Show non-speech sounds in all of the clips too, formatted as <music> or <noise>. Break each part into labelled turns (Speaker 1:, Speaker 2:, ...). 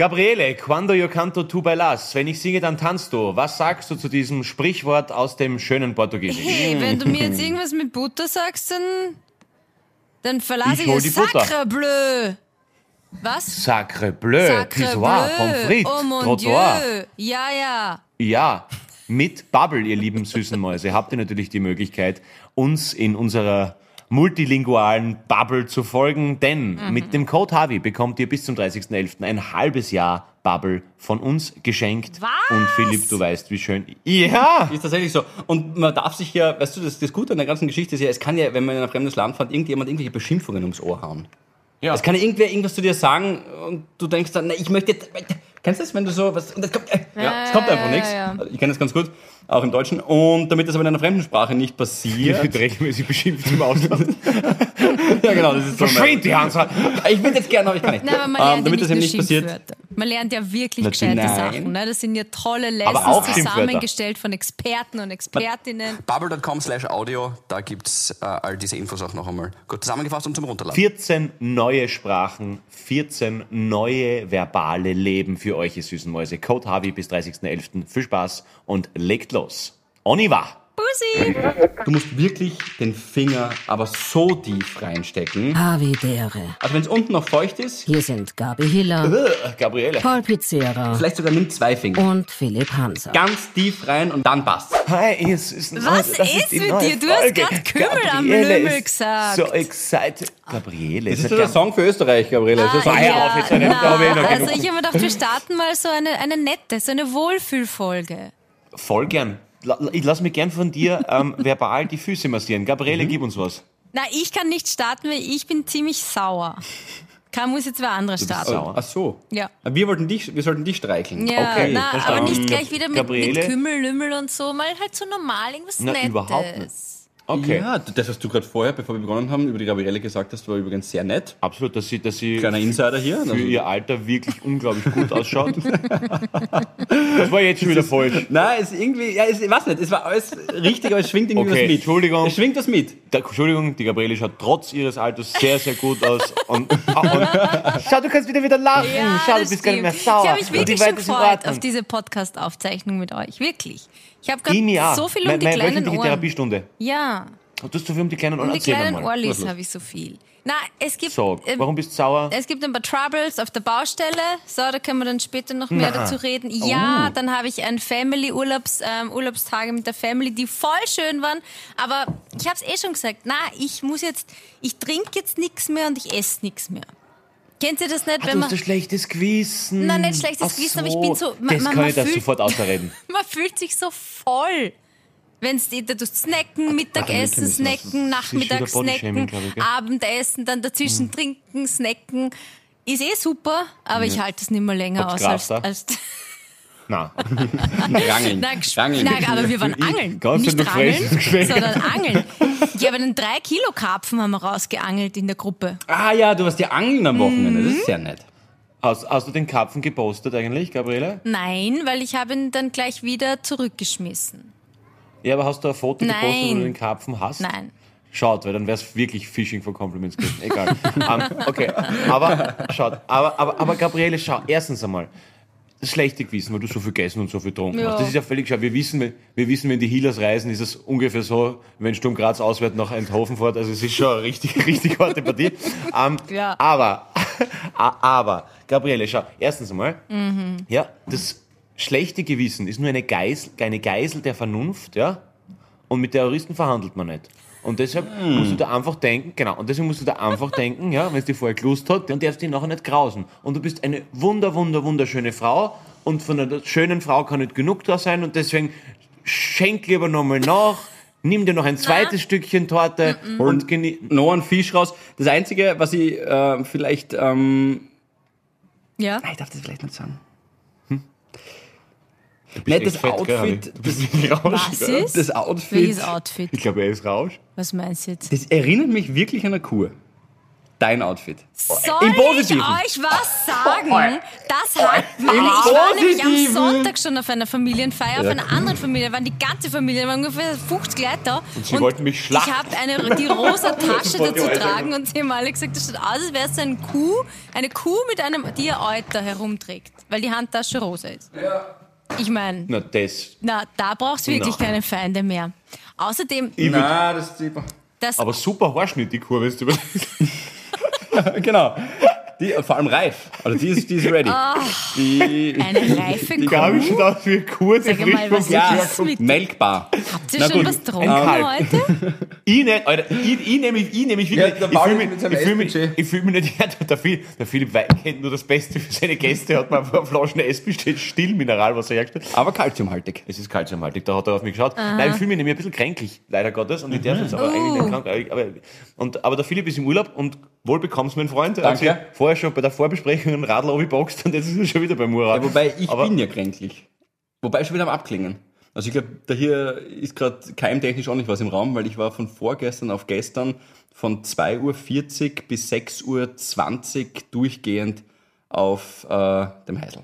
Speaker 1: Gabriele, quando yo canto tu bailas, wenn ich singe, dann tanzt du. Was sagst du zu diesem Sprichwort aus dem schönen
Speaker 2: <laughs>
Speaker 1: Portugiesisch?
Speaker 2: Hey, wenn du
Speaker 1: <laughs>
Speaker 2: mir jetzt irgendwas mit Butter sagst, dann, dann
Speaker 1: Ich
Speaker 2: verlasse ich,
Speaker 1: hol
Speaker 2: das
Speaker 1: die Butter.
Speaker 2: Sacre bleu. Was?
Speaker 1: Sacre bleu, Äh, Pissoir, Pommes frites,
Speaker 2: oh mon
Speaker 1: Trottoir.
Speaker 2: Dieu. Ja, ja.
Speaker 1: Ja, mit Bubble, ihr lieben süßen Mäuse, habt ihr natürlich die Möglichkeit, uns in unserer multilingualen Bubble zu folgen, denn
Speaker 2: Mhm.
Speaker 1: mit dem Code HAVI bekommt ihr bis zum 30.11. ein halbes Jahr Bubble von uns geschenkt.
Speaker 2: Was?
Speaker 1: Und Philipp, du weißt, wie schön... Ja!
Speaker 3: Ist tatsächlich so. Und man darf sich ja, weißt du, das, das Gute an der ganzen Geschichte ist ja, es kann ja, wenn man in ein fremdes Land fährt, irgendjemand irgendwelche Beschimpfungen ums Ohr hauen.
Speaker 1: Ja.
Speaker 3: Es kann ja irgendwer irgendwas zu dir sagen und du denkst dann, na, ich möchte jetzt. äh, Kennst du das, wenn du so was. Und das kommt, äh,
Speaker 2: Ja.
Speaker 3: es kommt einfach
Speaker 2: Ja, ja,
Speaker 3: nichts. Also,
Speaker 2: ja.
Speaker 3: Ich kenne das ganz gut, auch im Deutschen. Und damit das aber in einer fremden Sprache nicht
Speaker 1: Ich
Speaker 2: <laughs>
Speaker 3: passiert.
Speaker 1: wird regelmäßig beschimpft im Ausland.
Speaker 3: ja, genau, das ist so. mein-
Speaker 1: Verschwind, die Hansa!
Speaker 3: <laughs> Ich würde jetzt gerne, aber ich kann nicht.
Speaker 2: Nein, aber man
Speaker 3: Ähm,
Speaker 2: lernt
Speaker 3: damit
Speaker 2: ja
Speaker 3: das eben
Speaker 2: nicht
Speaker 3: nicht
Speaker 2: nur
Speaker 3: passiert.
Speaker 2: Schimpfwörter. Man lernt ja wirklich gescheite
Speaker 3: Natürlich. Nein.
Speaker 2: Sachen. Ne? Das sind ja tolle
Speaker 1: auch
Speaker 2: Lessons
Speaker 1: Schimpfwörter.
Speaker 2: zusammengestellt von Experten und Expertinnen.
Speaker 4: Bubble.com slash Audio, da gibt's äh, all diese Infos auch noch einmal. Gut, zusammengefasst und zum Runterladen.
Speaker 1: 14 neue Sprachen, 14 neue verbale Leben für euch, ihr süßen Mäuse. Code HAVI bis 30.11. Viel Spaß und legt los. Oniva!
Speaker 2: Bussi!
Speaker 3: Du musst wirklich den Finger aber so tief reinstecken.
Speaker 5: Havidere.
Speaker 3: Also wenn es unten noch feucht ist,
Speaker 5: Hier sind Gabi Hiller,
Speaker 3: Äh,
Speaker 1: Gabriele.
Speaker 5: Paul Pizzera
Speaker 3: vielleicht sogar nimm zwei Finger.
Speaker 5: und Philipp Hanser.
Speaker 3: Ganz tief rein und dann passt's.
Speaker 1: Hi, ihr süßen
Speaker 2: Was
Speaker 1: Mäuse, das
Speaker 2: ist
Speaker 1: die
Speaker 2: mit
Speaker 1: neue
Speaker 2: dir? Du hast
Speaker 1: Folge.
Speaker 2: grad Kümmel am
Speaker 1: Gabriele
Speaker 2: Lümmel
Speaker 1: ist
Speaker 2: gesagt.
Speaker 1: So excited. Gabriele,
Speaker 3: Das ist
Speaker 1: ja
Speaker 3: der
Speaker 1: ganz-
Speaker 3: Song für Österreich, Gabriele. Das
Speaker 2: Ah,
Speaker 3: ist der Song
Speaker 1: ja. auf jetzt, eine- da hab ich eh noch
Speaker 2: na,
Speaker 1: genug.
Speaker 2: also ich habe mir gedacht, wir starten mal so eine, eine nette, so eine Wohlfühlfolge.
Speaker 1: voll gern. La- la- Ich lass mich gern von dir
Speaker 2: <laughs>
Speaker 1: ähm, verbal die Füße massieren. Gabriele,
Speaker 3: Mhm.
Speaker 1: gib uns was.
Speaker 2: Na, ich kann nicht starten, weil ich bin ziemlich sauer. Kann muss jetzt wer anderer starten.
Speaker 1: sauer.
Speaker 3: Ach so.
Speaker 2: Ja,
Speaker 3: Wir, wollten dich, wir sollten dich streicheln.
Speaker 2: ja
Speaker 1: Okay,
Speaker 2: na, aber
Speaker 1: verstanden.
Speaker 2: nicht gleich wieder mit, mit
Speaker 1: Gabriele?
Speaker 2: Kümmel, Lümmel und so, mal halt so normal, irgendwas
Speaker 1: Na,
Speaker 2: Nettes.
Speaker 1: überhaupt nicht. Okay.
Speaker 3: Ja, das, was du gerade vorher, bevor wir begonnen haben, über die Gabriele gesagt hast, war übrigens sehr nett.
Speaker 1: Absolut, dass sie, dass sie
Speaker 3: Kleiner Insider hier. also
Speaker 1: für ihr Alter wirklich unglaublich
Speaker 3: <laughs>
Speaker 1: gut ausschaut. das war jetzt schon wieder falsch.
Speaker 3: Nein, es ist irgendwie, ja, es, ich weiß nicht, es war alles richtig, aber es schwingt irgendwie
Speaker 1: Okay,
Speaker 3: was mit.
Speaker 1: Entschuldigung.
Speaker 3: Es schwingt was mit.
Speaker 1: Da, Entschuldigung, die Gabriele schaut trotz ihres Alters sehr, sehr gut aus. Und,
Speaker 2: <laughs>
Speaker 1: und, schau, du kannst wieder wieder lachen.
Speaker 2: Ja,
Speaker 1: schau, Hm, du
Speaker 2: das
Speaker 1: bist gar nicht mehr
Speaker 2: stimmt.
Speaker 1: sauer.
Speaker 2: Ich habe mich
Speaker 1: die
Speaker 2: wirklich
Speaker 1: Welt
Speaker 2: schon
Speaker 1: ist in
Speaker 2: gefreut
Speaker 1: Ordnung.
Speaker 2: auf diese Podcast-Aufzeichnung mit euch. Wirklich. Ich habe
Speaker 1: Ich mir auch.
Speaker 2: gerade so viel um
Speaker 1: Meine-
Speaker 2: die
Speaker 1: meine
Speaker 2: kleinen
Speaker 1: wöchentliche
Speaker 2: Ohren.
Speaker 1: Therapiestunde.
Speaker 2: Ja,
Speaker 1: Du hast so viel um die kleinen Ohren.
Speaker 2: um die
Speaker 1: Erzähl
Speaker 2: kleinen
Speaker 1: einmal.
Speaker 2: Ohrlis habe ich so viel. Na, es gibt,
Speaker 1: Sag,
Speaker 2: ähm,
Speaker 1: warum bist du sauer?
Speaker 2: es gibt ein paar Troubles auf der Baustelle. So, da können wir dann später noch mehr dazu reden.
Speaker 1: Oh.
Speaker 2: Ja, dann habe ich ein Family-Urlaubs, ähm, Urlaubstage mit der Family, die voll schön waren. Aber ich habe es eh schon gesagt. Na, ich muss jetzt, ich trinke jetzt nichts mehr und ich esse nichts mehr. Kennt ihr das nicht,
Speaker 1: Ah,
Speaker 2: wenn
Speaker 1: du
Speaker 2: man...
Speaker 1: hast ein schlechtes Gewissen.
Speaker 2: Nein, nicht schlechtes
Speaker 1: Ach
Speaker 2: Gewissen, aber ich bin so- man-
Speaker 1: das
Speaker 2: man-
Speaker 1: kann
Speaker 2: man
Speaker 1: ich das
Speaker 2: fühlt-
Speaker 1: sofort ausreden.
Speaker 2: <laughs> Man fühlt sich so voll. Wenn es da tust snacken, Mittagessen
Speaker 3: Müssen wir das-
Speaker 2: snacken, Nachmittag
Speaker 1: ist wieder Bodyshaming,
Speaker 2: snacken,
Speaker 1: glaub ich, gell? Hm.
Speaker 2: Abendessen, dann dazwischen trinken, snacken. Ist eh super, aber ich halte es nicht mehr länger
Speaker 1: Habt's
Speaker 2: aus als,
Speaker 1: gerafft,
Speaker 2: als
Speaker 1: Nein.
Speaker 3: Rangeln.
Speaker 2: Nein, ges-
Speaker 3: Rangeln.
Speaker 2: Nein, aber wir waren
Speaker 1: Ich-
Speaker 2: angeln.
Speaker 1: ganz
Speaker 2: Nicht
Speaker 1: nur
Speaker 2: rangeln,
Speaker 1: Fresses geschenkt. <laughs>
Speaker 2: sondern angeln. Ja, aber einen 3 Kilo Karpfen haben wir rausgeangelt in der Gruppe.
Speaker 3: ah ja, du warst ja angeln am Wochenende.
Speaker 2: Mhm.
Speaker 3: Das ist sehr nett.
Speaker 1: Hast, hast du den Karpfen gepostet eigentlich, Gabriele?
Speaker 2: Nein, weil ich habe ihn dann gleich wieder zurückgeschmissen.
Speaker 1: Ja, aber hast du ein Foto gepostet, wo
Speaker 2: Nein.
Speaker 1: du den Karpfen hast?
Speaker 2: Nein.
Speaker 1: Schaut, weil dann wäre es wirklich Fishing for Compliments gewesen. Egal. <laughs> Ähm, okay, aber schaut, aber, aber, aber Gabriele, schau, erstens einmal, das schlechte Gewissen, weil du so viel gegessen und so viel getrunken
Speaker 2: Ja.
Speaker 1: hast. Das ist ja völlig schau. Wir wissen, wenn- wir wissen, wenn die Healers reisen, ist es ungefähr so, wenn Sturm Graz auswärts nach Eindhoven fährt. Also es ist schon eine richtig, <laughs> richtig harte Partie. Ähm,
Speaker 2: Ja.
Speaker 1: Aber, <laughs> a- aber, Gabriele, schau, erstens einmal, ja, das schlechte Gewissen ist nur eine Geisel, eine Geisel der Vernunft, ja. Und mit Terroristen verhandelt man nicht. Und deshalb musst du da einfach denken, genau, und deswegen musst du da einfach denken, ja, wenn es dir vorher gelust hat, dann darfst du dich nachher nicht grausen. Und du bist eine wunder, wunder, wunderschöne Frau und von einer schönen Frau kann nicht genug da sein und deswegen schenk lieber nochmal nach, nimm dir noch ein zweites Stückchen Torte und genie...
Speaker 3: Noch ein Fisch raus. Das Einzige, was ich äh, vielleicht ähm,
Speaker 2: Ja?
Speaker 3: Nein, ich darf das vielleicht nicht sagen. Hm? Nein, das
Speaker 1: echt fett, gell,
Speaker 3: Outfit, das,
Speaker 2: Was ist?
Speaker 3: das Outfit,
Speaker 2: Welches Outfit?
Speaker 1: Ich glaube, er ist Rausch.
Speaker 2: Was meinst du jetzt?
Speaker 3: das erinnert mich wirklich an eine Kur. dein Outfit.
Speaker 2: Soll
Speaker 3: Im
Speaker 2: ich
Speaker 3: Positiven.
Speaker 2: euch was sagen? Das hat meine,
Speaker 3: Im
Speaker 2: ich war nämlich am
Speaker 3: Positiven.
Speaker 2: Sonntag schon auf einer Familienfeier, auf
Speaker 3: Ja,
Speaker 2: einer anderen Familie, waren die ganze Familie, waren ungefähr 50 Leute da. Und
Speaker 1: sie wollten mich schlachten.
Speaker 2: Ich habe eine,
Speaker 1: <laughs>
Speaker 2: die rosa Tasche
Speaker 1: wollte ich
Speaker 2: dazu
Speaker 1: auch sagen.
Speaker 2: tragen und sie haben alle gesagt, das schaut aus, als wäre es eine Kuh, eine Kuh mit einem, die ihr Euter herumträgt, weil die Handtasche rosa ist. Ich meine,
Speaker 1: Na, das.
Speaker 2: na, da brauchst du wirklich
Speaker 1: Na.
Speaker 2: keine Feinde mehr. Außerdem,
Speaker 1: Ich würd,
Speaker 3: Na, das ist super.
Speaker 2: das
Speaker 1: aber super Haarschnitt, die Kurve <laughs> ist über.
Speaker 3: <laughs> Genau. Die, vor allem reif. Also die ist, die ist
Speaker 2: <laughs>
Speaker 3: ready.
Speaker 2: Ah,
Speaker 3: Die,
Speaker 2: eine reife Kuh.
Speaker 1: Habe ich schon gedacht, für kurze
Speaker 2: Sag mal, was
Speaker 1: Frischpunkt.
Speaker 2: ist
Speaker 3: ja,
Speaker 2: das mit
Speaker 3: melkbar.
Speaker 2: Habt ihr
Speaker 3: Na
Speaker 2: schon
Speaker 3: gut,
Speaker 2: was
Speaker 1: eineinhalb.
Speaker 2: getrunken heute?
Speaker 1: Ich, nehm- Alter, ich, ich nehme ich, ich nehm mich
Speaker 3: Ja,
Speaker 1: wirklich.
Speaker 3: der
Speaker 1: ich
Speaker 3: Paul
Speaker 1: fühle
Speaker 3: mit
Speaker 1: mich,
Speaker 3: seinem
Speaker 1: ich fühl mich,
Speaker 3: Essbudget.
Speaker 1: ich fühl mich nicht. <laughs> Ja, der, Phil, der Philipp Weig kennt nur das Beste für seine Gäste, hat mir ein paar Flaschen Essbesteht, Stillmineralwasser hergestellt.
Speaker 3: Aber kalziumhaltig.
Speaker 1: Es ist kalziumhaltig, da hat er auf mich geschaut. Nein, ich fühle mich nämlich ein bisschen kränklich, leider Gottes. Und ich darf jetzt
Speaker 2: Oh.
Speaker 1: aber eigentlich nicht krank. aber- Aber, und, aber der Philipp ist im Urlaub und wohl bekommst mein Freund. Er hat
Speaker 3: Danke.
Speaker 1: sich vorher schon bei der Vorbesprechung einen Radler abgeboxt und jetzt ist er schon wieder beim Murat.
Speaker 3: Ja, wobei ich
Speaker 1: aber,
Speaker 3: bin ja kränklich. Wobei schon wieder am Abklingen. Also ich glaube, da hier ist gerade keimtechnisch auch nicht was im Raum, weil ich war von vorgestern auf gestern von 2.40 Uhr bis 6.20 Uhr durchgehend auf äh, dem Heisel.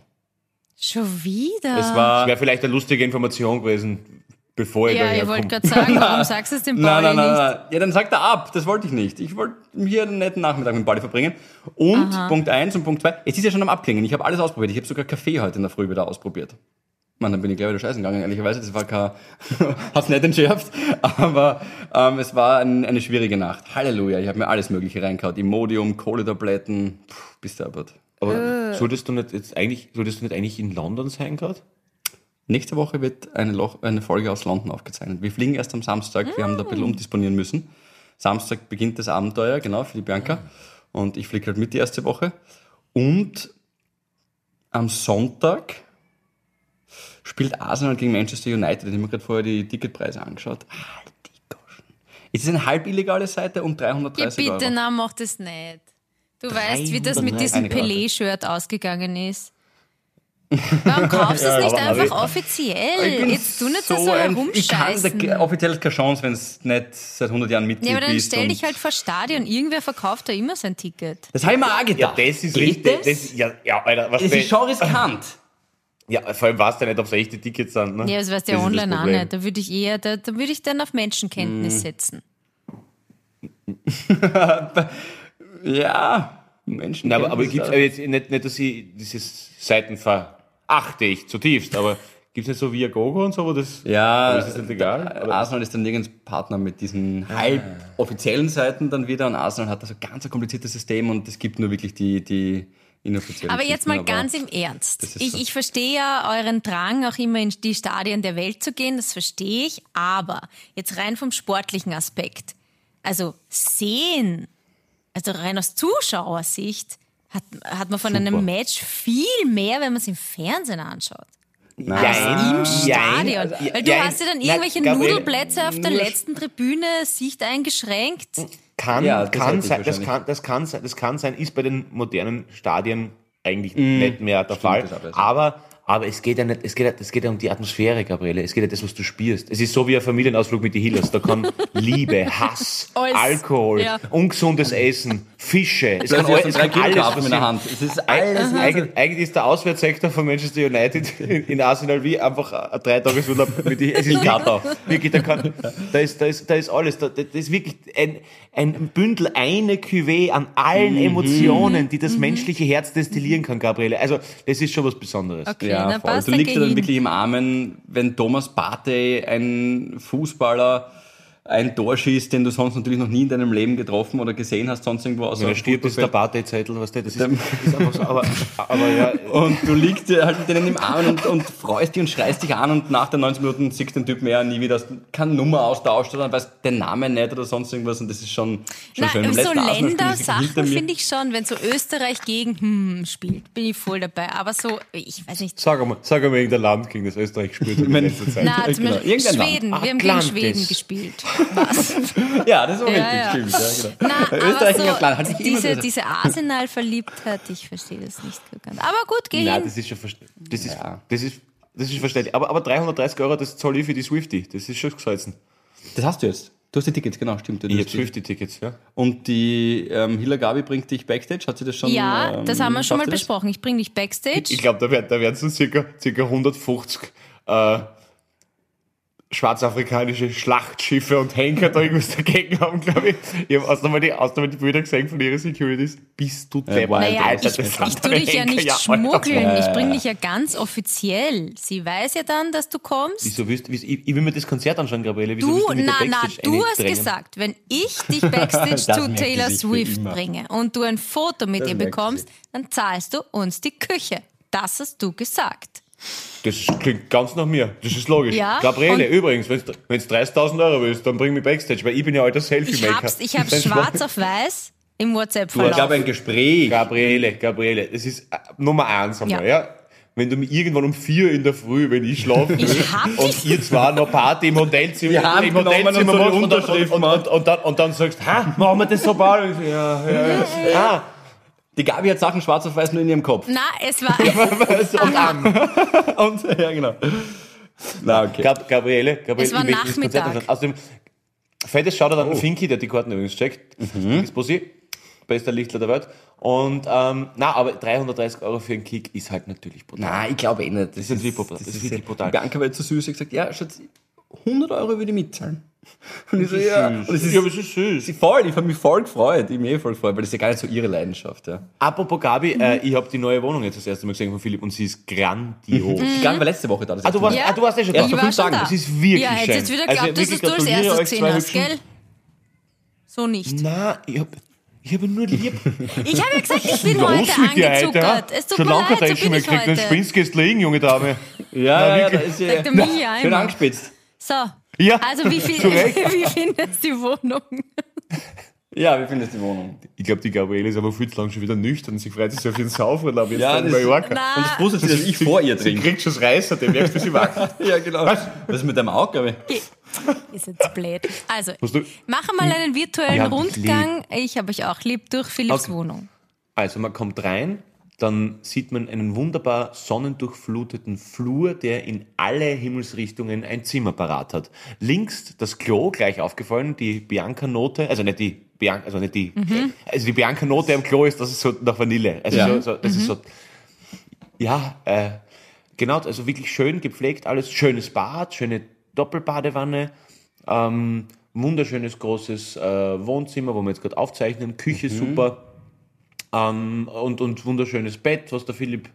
Speaker 2: Schon wieder?
Speaker 3: Es
Speaker 1: Das
Speaker 3: war.
Speaker 1: wäre vielleicht eine lustige Information gewesen, bevor ich
Speaker 2: Ja,
Speaker 1: daher
Speaker 2: ich wollte
Speaker 1: komm.
Speaker 2: gerade sagen, warum sagst du es dem
Speaker 3: Nein,
Speaker 2: Pauli
Speaker 3: nein, nein,
Speaker 2: nicht?
Speaker 3: nein. Ja, dann sagt er ab. Das wollte ich nicht. Ich wollte hier einen netten Nachmittag mit Pauli verbringen. Und Punkt 1 und Punkt 2. Es ist ja schon am Abklingen. Ich habe alles ausprobiert. Ich habe sogar Kaffee heute in der Früh wieder ausprobiert. Mann, dann bin ich gleich wieder scheißen gegangen, ehrlicherweise. Das war kein... <laughs> Hab's nicht entschärft. Aber ähm, es war ein, eine schwierige Nacht. Halleluja. Ich habe mir alles Mögliche reingehauen. Imodium, Kohletabletten. Puh, bis der Abend.
Speaker 2: äh.
Speaker 1: Aber solltest du nicht jetzt eigentlich, solltest du nicht eigentlich in London sein gerade?
Speaker 3: Nächste Woche wird eine, Loch, eine Folge aus London aufgezeichnet. Wir fliegen erst am Samstag. Wir haben da ein
Speaker 2: Ah.
Speaker 3: bisschen umdisponieren müssen. Samstag beginnt das Abenteuer, genau, für die Bianca.
Speaker 2: Ah.
Speaker 3: Und ich fliege halt mit die erste Woche. Und am Sonntag spielt Arsenal gegen Manchester United. Ich habe mir gerade vorher die Ticketpreise angeschaut. Halt die Goschen. Es ist eine halb illegale Seite um 330
Speaker 2: Bitte,
Speaker 3: Euro.
Speaker 2: nein, mach das nicht. Du weißt, wie das mit diesem
Speaker 3: Einige Leute.
Speaker 2: Pelé-Shirt ausgegangen ist. Warum kaufst du es nicht
Speaker 1: aber-
Speaker 2: einfach offiziell? Jetzt tu nicht so
Speaker 3: ein, ich kann,
Speaker 2: herumscheißen.
Speaker 3: da, offiziell keine Chance, wenn es nicht seit 100 Jahren Mitglied
Speaker 2: Ja, aber dann
Speaker 3: bist
Speaker 2: stell
Speaker 3: und-
Speaker 2: dich halt vor Stadion. Irgendwer verkauft da immer sein Ticket.
Speaker 3: Das habe ich mir auch gedacht.
Speaker 1: Ja, das ist
Speaker 3: Geht
Speaker 1: richtig.
Speaker 3: Das?
Speaker 1: Das, ja, ja, Alter, was
Speaker 3: Es
Speaker 1: denn-
Speaker 3: ist schon riskant.
Speaker 1: Ja, vor allem weißt du ja nicht, ob es echte Tickets sind. Ne?
Speaker 2: Ja, das weißt du ja online auch nicht. Da würde ich eher, da, da würde ich dann auf Menschenkenntnis setzen.
Speaker 3: Ja, äh, Menschen.
Speaker 1: Nein, aber, aber gibt's aber jetzt nicht, nicht, dass ich dieses Seiten verachte ich zutiefst, aber gibt es nicht so via Gogo und so, wo das.
Speaker 3: Ja, äh,
Speaker 1: aber Ah. ist das nicht egal? Oder-
Speaker 3: Arsenal ist dann nirgends Partner mit diesen halb offiziellen Seiten dann wieder und Arsenal hat da so ganz ein kompliziertes System und es gibt nur wirklich die, die inoffiziellen.
Speaker 2: Aber jetzt mal
Speaker 3: Geschichten,
Speaker 2: ganz im Ernst.
Speaker 3: das ist
Speaker 2: Ich,
Speaker 3: so.
Speaker 2: ich verstehe ja euren Drang, auch immer in die Stadien der Welt zu gehen, das verstehe ich. Aber jetzt rein vom sportlichen Aspekt. Also sehen, also rein aus Zuschauersicht, hat, hat man von einem Match viel mehr, wenn man es im Fernsehen anschaut.
Speaker 1: Jein,
Speaker 2: Im
Speaker 1: jein.
Speaker 2: Stadion.
Speaker 1: Also,
Speaker 2: Weil du
Speaker 1: jein.
Speaker 2: hast ja dann
Speaker 1: Nein,
Speaker 2: irgendwelche
Speaker 1: Gabriele,
Speaker 2: Nudelplätze auf der
Speaker 1: nur-
Speaker 2: letzten Tribüne, Sicht eingeschränkt.
Speaker 1: Kann,
Speaker 3: Ja, das hätte
Speaker 1: kann
Speaker 3: ich
Speaker 1: sein, das
Speaker 3: wahrscheinlich.
Speaker 1: kann, das kann sein, das kann sein, ist bei den modernen Stadien eigentlich nicht mehr der Fall.
Speaker 3: Mhm. das auch besser.
Speaker 1: Aber, aber es geht ja nicht, es geht, ja- es geht ja um die Atmosphäre, Gabriele. Es geht ja um das, was du spürst. Es ist so wie ein Familienausflug mit die Hillers. Da
Speaker 3: <laughs>
Speaker 1: kann Liebe, Hass,
Speaker 2: Alles.
Speaker 1: Alkohol,
Speaker 2: Ja.
Speaker 1: ungesundes Essen, Fische. Es kann, alles,
Speaker 3: Plötzlich hast
Speaker 1: es
Speaker 3: du drei
Speaker 1: kann alles
Speaker 3: Kilogramm in der
Speaker 1: passieren.
Speaker 3: Hand. Es ist alles.
Speaker 1: Eig eigentlich ist der Auswärtssektor von Manchester United in, in Arsenal wie einfach ein Dreitagesurlaub mit die, es ist Katar. Wirklich, da, kann, da, ist, da, ist, da ist alles. Da, da da ist wirklich ein, ein Bündel, eine Cuvée an allen Emotionen, die das menschliche Herz destillieren kann, Gabriele. Also, das ist schon was Besonderes.
Speaker 2: Okay,
Speaker 3: Ja,
Speaker 2: na
Speaker 3: voll.
Speaker 2: passt,
Speaker 3: Du liegst
Speaker 2: geh
Speaker 3: ja dann
Speaker 2: hin.
Speaker 3: wirklich im Armen, wenn Thomas Partey, ein Fußballer, ein Tor schießt, den du sonst natürlich noch nie in deinem Leben getroffen oder gesehen hast, sonst irgendwo aus
Speaker 1: Wenn er stirbt, ist der Parteizettel, was der, das ist, ist einfach so. Aber, aber ja,
Speaker 3: Und du liegst dir halt mit denen im Arm und, und freust dich und schreist dich an und nach den 90 Minuten siehst den Typen ja nie wieder, hast keine Nummer austauscht oder weißt den Namen nicht oder sonst irgendwas und das ist schon, schon
Speaker 2: Na,
Speaker 3: schön. Beim
Speaker 2: so
Speaker 3: letzten Arsenal-Spiel hinter
Speaker 2: Ländersachen
Speaker 3: mir-
Speaker 2: finde ich schon, wenn so Österreich gegen hm, spielt, bin ich voll dabei. Aber so, ich weiß nicht.
Speaker 1: sag einmal, sag einmal irgendein Land, gegen das Österreich gespielt hat in
Speaker 3: Wenn-
Speaker 1: letzter Zeit.
Speaker 2: Na, zum
Speaker 3: Genau,
Speaker 2: Beispiel
Speaker 3: irgendein Land.
Speaker 2: Schweden. Wir haben gegen
Speaker 1: Atlantis.
Speaker 2: Schweden
Speaker 3: <laughs>
Speaker 2: gespielt. Was?
Speaker 3: <laughs> Ja, das ist auch
Speaker 2: ja.
Speaker 3: richtig, stimmt.
Speaker 2: Na,
Speaker 3: Ja, genau.
Speaker 2: aber
Speaker 3: gegen Atlant- hat
Speaker 2: so
Speaker 3: sich immer
Speaker 2: diese,
Speaker 3: interessiert.
Speaker 2: diese Arsenal-Verliebtheit, ich verstehe das nicht so ganz. Aber gut, geh
Speaker 1: Nein,
Speaker 2: hin.
Speaker 1: das ist schon verständlich. Das ist,
Speaker 3: Ja.
Speaker 1: das ist, das ist verständlich. Aber, aber 330 Euro, das zahle ich für die Swifty. Das ist schon gesalzen.
Speaker 3: Das hast du jetzt. Du hast die Tickets, genau, stimmt. Du
Speaker 1: Ich
Speaker 3: hast
Speaker 1: habe
Speaker 3: die-
Speaker 1: 50 Tickets, ja.
Speaker 3: Und die ähm, Hila Gabi bringt dich Backstage, hat sie das schon?
Speaker 2: Ja,
Speaker 3: ähm,
Speaker 2: das haben wir schon mal
Speaker 3: schafft sie das?
Speaker 2: besprochen. Ich bringe dich Backstage.
Speaker 1: Ich glaube, da werden da werden so circa, circa 150 äh, schwarzafrikanische Schlachtschiffe und Henker da irgendwas dagegen haben, glaube ich. Ich habe erst einmal die, erst einmal die Bilder gesehen von ihren Securities. Bist du deppert?
Speaker 3: wild,
Speaker 2: naja,
Speaker 1: Alter,
Speaker 2: ich,
Speaker 1: das
Speaker 2: ich
Speaker 1: sind
Speaker 2: tue
Speaker 1: alle
Speaker 2: dich ja
Speaker 1: Henker,
Speaker 2: nicht
Speaker 1: Alter.
Speaker 2: schmuggeln. Ich bringe dich ja ganz offiziell. Sie weiß ja dann, dass du kommst.
Speaker 1: Wieso willst, wieso, ich, ich will mir das Konzert anschauen, Gabriele. Wieso willst
Speaker 2: Du,
Speaker 1: du mich da
Speaker 2: na, na,
Speaker 1: Backstage eh
Speaker 2: du hast
Speaker 1: reindrängen?
Speaker 2: gesagt, wenn ich
Speaker 1: <laughs>
Speaker 2: dich Backstage
Speaker 3: Das
Speaker 2: zu
Speaker 3: merkt sie
Speaker 2: Taylor
Speaker 3: sich für
Speaker 2: Swift
Speaker 3: immer.
Speaker 2: bringe und du ein Foto mit
Speaker 3: Das
Speaker 2: ihr
Speaker 3: merkt sie
Speaker 2: bekommst, dann zahlst du uns die Küche. Das hast du gesagt.
Speaker 1: Das klingt ganz nach mir. Das ist logisch.
Speaker 2: Ja,
Speaker 1: Gabriele,
Speaker 2: und-
Speaker 1: übrigens, wenn du 30.000 Euro willst, dann bring mich Backstage, weil ich bin ja alter
Speaker 2: Ich
Speaker 1: Selfie-Maker.
Speaker 2: hab's,
Speaker 1: <laughs>
Speaker 2: ich hab's
Speaker 1: Dann-
Speaker 2: schwarz auf weiß im
Speaker 3: Es gab
Speaker 2: WhatsApp-Verlauf.
Speaker 3: ein Gespräch.
Speaker 1: Gabriele, Gabriele, das ist äh, Nummer eins einmal,
Speaker 2: Ja.
Speaker 1: ja. Wenn du mir irgendwann um vier in der Früh, wenn ich schlafen will,
Speaker 2: Ich hab
Speaker 1: und
Speaker 2: dich-
Speaker 1: ihr zwar noch Party im Hotelzimmer,
Speaker 3: Wir haben
Speaker 1: im
Speaker 3: genommen und
Speaker 1: Hotelzimmer
Speaker 3: so die
Speaker 1: macht und, dann-
Speaker 3: Unterschrift
Speaker 1: und, und, und, und, dann, und dann sagst, ha, machen wir das so bald?
Speaker 3: <laughs>
Speaker 1: Ich so, Ja, ja,
Speaker 2: Äh.
Speaker 1: ja. Ah,
Speaker 3: Die Gabi hat Sachen schwarz auf weiß nur in
Speaker 2: <laughs>
Speaker 3: ihrem Kopf.
Speaker 2: Na, es war, es,
Speaker 1: und an.
Speaker 3: Und, ja, genau. Na, okay.
Speaker 1: Gab, Gabriele, Gabriele,
Speaker 2: Es war
Speaker 1: ich will das Konzert
Speaker 2: Nachmittag.
Speaker 1: anschauen. Außerdem, fettes Shoutout
Speaker 3: Oh.
Speaker 1: an Finki, der die Karten übrigens checkt. Mhm. Pussy, bester Lichtler der Welt. Und, ähm, na, aber 330 Euro für einen Kick ist halt natürlich brutal.
Speaker 3: Nein, ich glaube eh nicht. Das,
Speaker 1: ist wirklich brutal. Das ist wirklich brutal.
Speaker 3: Bianca war jetzt so süß, sie hat gesagt, ja, Schatz, 100 Euro würde ich mitzahlen. <laughs> Und ich so, ja. Und es ist,
Speaker 1: ja, aber es ist süß.
Speaker 3: sie voll, ich habe mich voll gefreut. Ich habe mich eh voll gefreut, weil das ist ja gar nicht so ihre Leidenschaft, ja.
Speaker 2: Mhm.
Speaker 1: Apropos Gabi, äh,
Speaker 3: Mhm.
Speaker 1: ich habe die neue Wohnung jetzt das erste Mal gesehen von Philipp und sie ist grandios.
Speaker 3: Die Gabi war letzte Woche da. Das
Speaker 1: Ah, du warst,
Speaker 2: <laughs> Ja.
Speaker 1: ah, du warst eh schon
Speaker 3: Ja,
Speaker 1: da.
Speaker 3: ich war schon da.
Speaker 1: Es ist wirklich
Speaker 2: ja, hättest
Speaker 1: schön.
Speaker 2: jetzt wieder
Speaker 1: Also
Speaker 2: glaubt, dass
Speaker 1: wirklich
Speaker 2: du es
Speaker 1: gratuliere
Speaker 2: erst
Speaker 1: euch
Speaker 2: gesehen
Speaker 1: zwei
Speaker 2: hast,
Speaker 1: Hübschen.
Speaker 2: gell? So nicht.
Speaker 1: Nein, ich habe ich hab ihn nur lieb.
Speaker 2: Ich habe ja
Speaker 1: <laughs>
Speaker 2: gesagt, ich bin
Speaker 1: Was
Speaker 2: heute
Speaker 1: ist mit dir,
Speaker 2: angezuckert.
Speaker 1: Alter?
Speaker 2: Es tut
Speaker 1: Schon
Speaker 2: mir
Speaker 1: lange
Speaker 2: leid,
Speaker 1: kein
Speaker 2: so
Speaker 1: Action
Speaker 2: bin
Speaker 1: mehr
Speaker 2: ich
Speaker 1: gekriegt. Dann
Speaker 2: heute.
Speaker 1: spinnst du jetzt liegen, junge Dame.
Speaker 3: ja, ja, da
Speaker 1: wirklich.
Speaker 3: ist sie
Speaker 2: Sagt er mir ja
Speaker 3: schön
Speaker 2: immer.
Speaker 3: angespitzt.
Speaker 2: So.
Speaker 1: Ja,
Speaker 2: Also wie, viel,
Speaker 1: zu Recht.
Speaker 2: <laughs> wie findest du die Wohnung?
Speaker 3: Ja, wie findest du die Wohnung?
Speaker 1: Ich glaube, die Gabriele ist aber viel zu lange schon wieder nüchtern. Sie freut sich so auf ihren Saufurlaub jetzt
Speaker 3: Ja,
Speaker 1: in
Speaker 3: das-
Speaker 1: Mallorca.
Speaker 3: Und das
Speaker 2: Na,
Speaker 3: Positive ist, dass ich
Speaker 1: Sie-
Speaker 3: vor ihr
Speaker 1: Sie
Speaker 3: trinke.
Speaker 1: kriegt schon das Reißer, dem merkst du, sie <laughs> wackelt.
Speaker 3: <laughs> Ja, genau. Was ist mit deinem Auge, Gabi?
Speaker 2: ist jetzt blöd. Also,
Speaker 1: Hast du-
Speaker 2: machen mal einen virtuellen
Speaker 1: Ja, ich lieb.
Speaker 2: Rundgang. Ich habe euch auch lieb durch Philipps
Speaker 1: Okay.
Speaker 2: Wohnung.
Speaker 1: Also man kommt rein, dann sieht man einen wunderbar sonnendurchfluteten Flur, der in alle Himmelsrichtungen ein Zimmer parat hat. Links das Klo, gleich aufgefallen, die Bianca-Note, also nicht die Bianca, also nicht die, also die Bianca-Note am Klo ist, das ist so nach Vanille. Also
Speaker 3: Ja.
Speaker 1: so, so, das ist so, ja, äh, genau, also wirklich schön gepflegt, alles schönes Bad, schöne Doppelbadewanne, ähm, wunderschönes großes äh, Wohnzimmer, wo wir jetzt gerade aufzeichnen, Küche
Speaker 3: Mhm.
Speaker 1: super. Ähm, und, und wunderschönes Bett, was der Philipp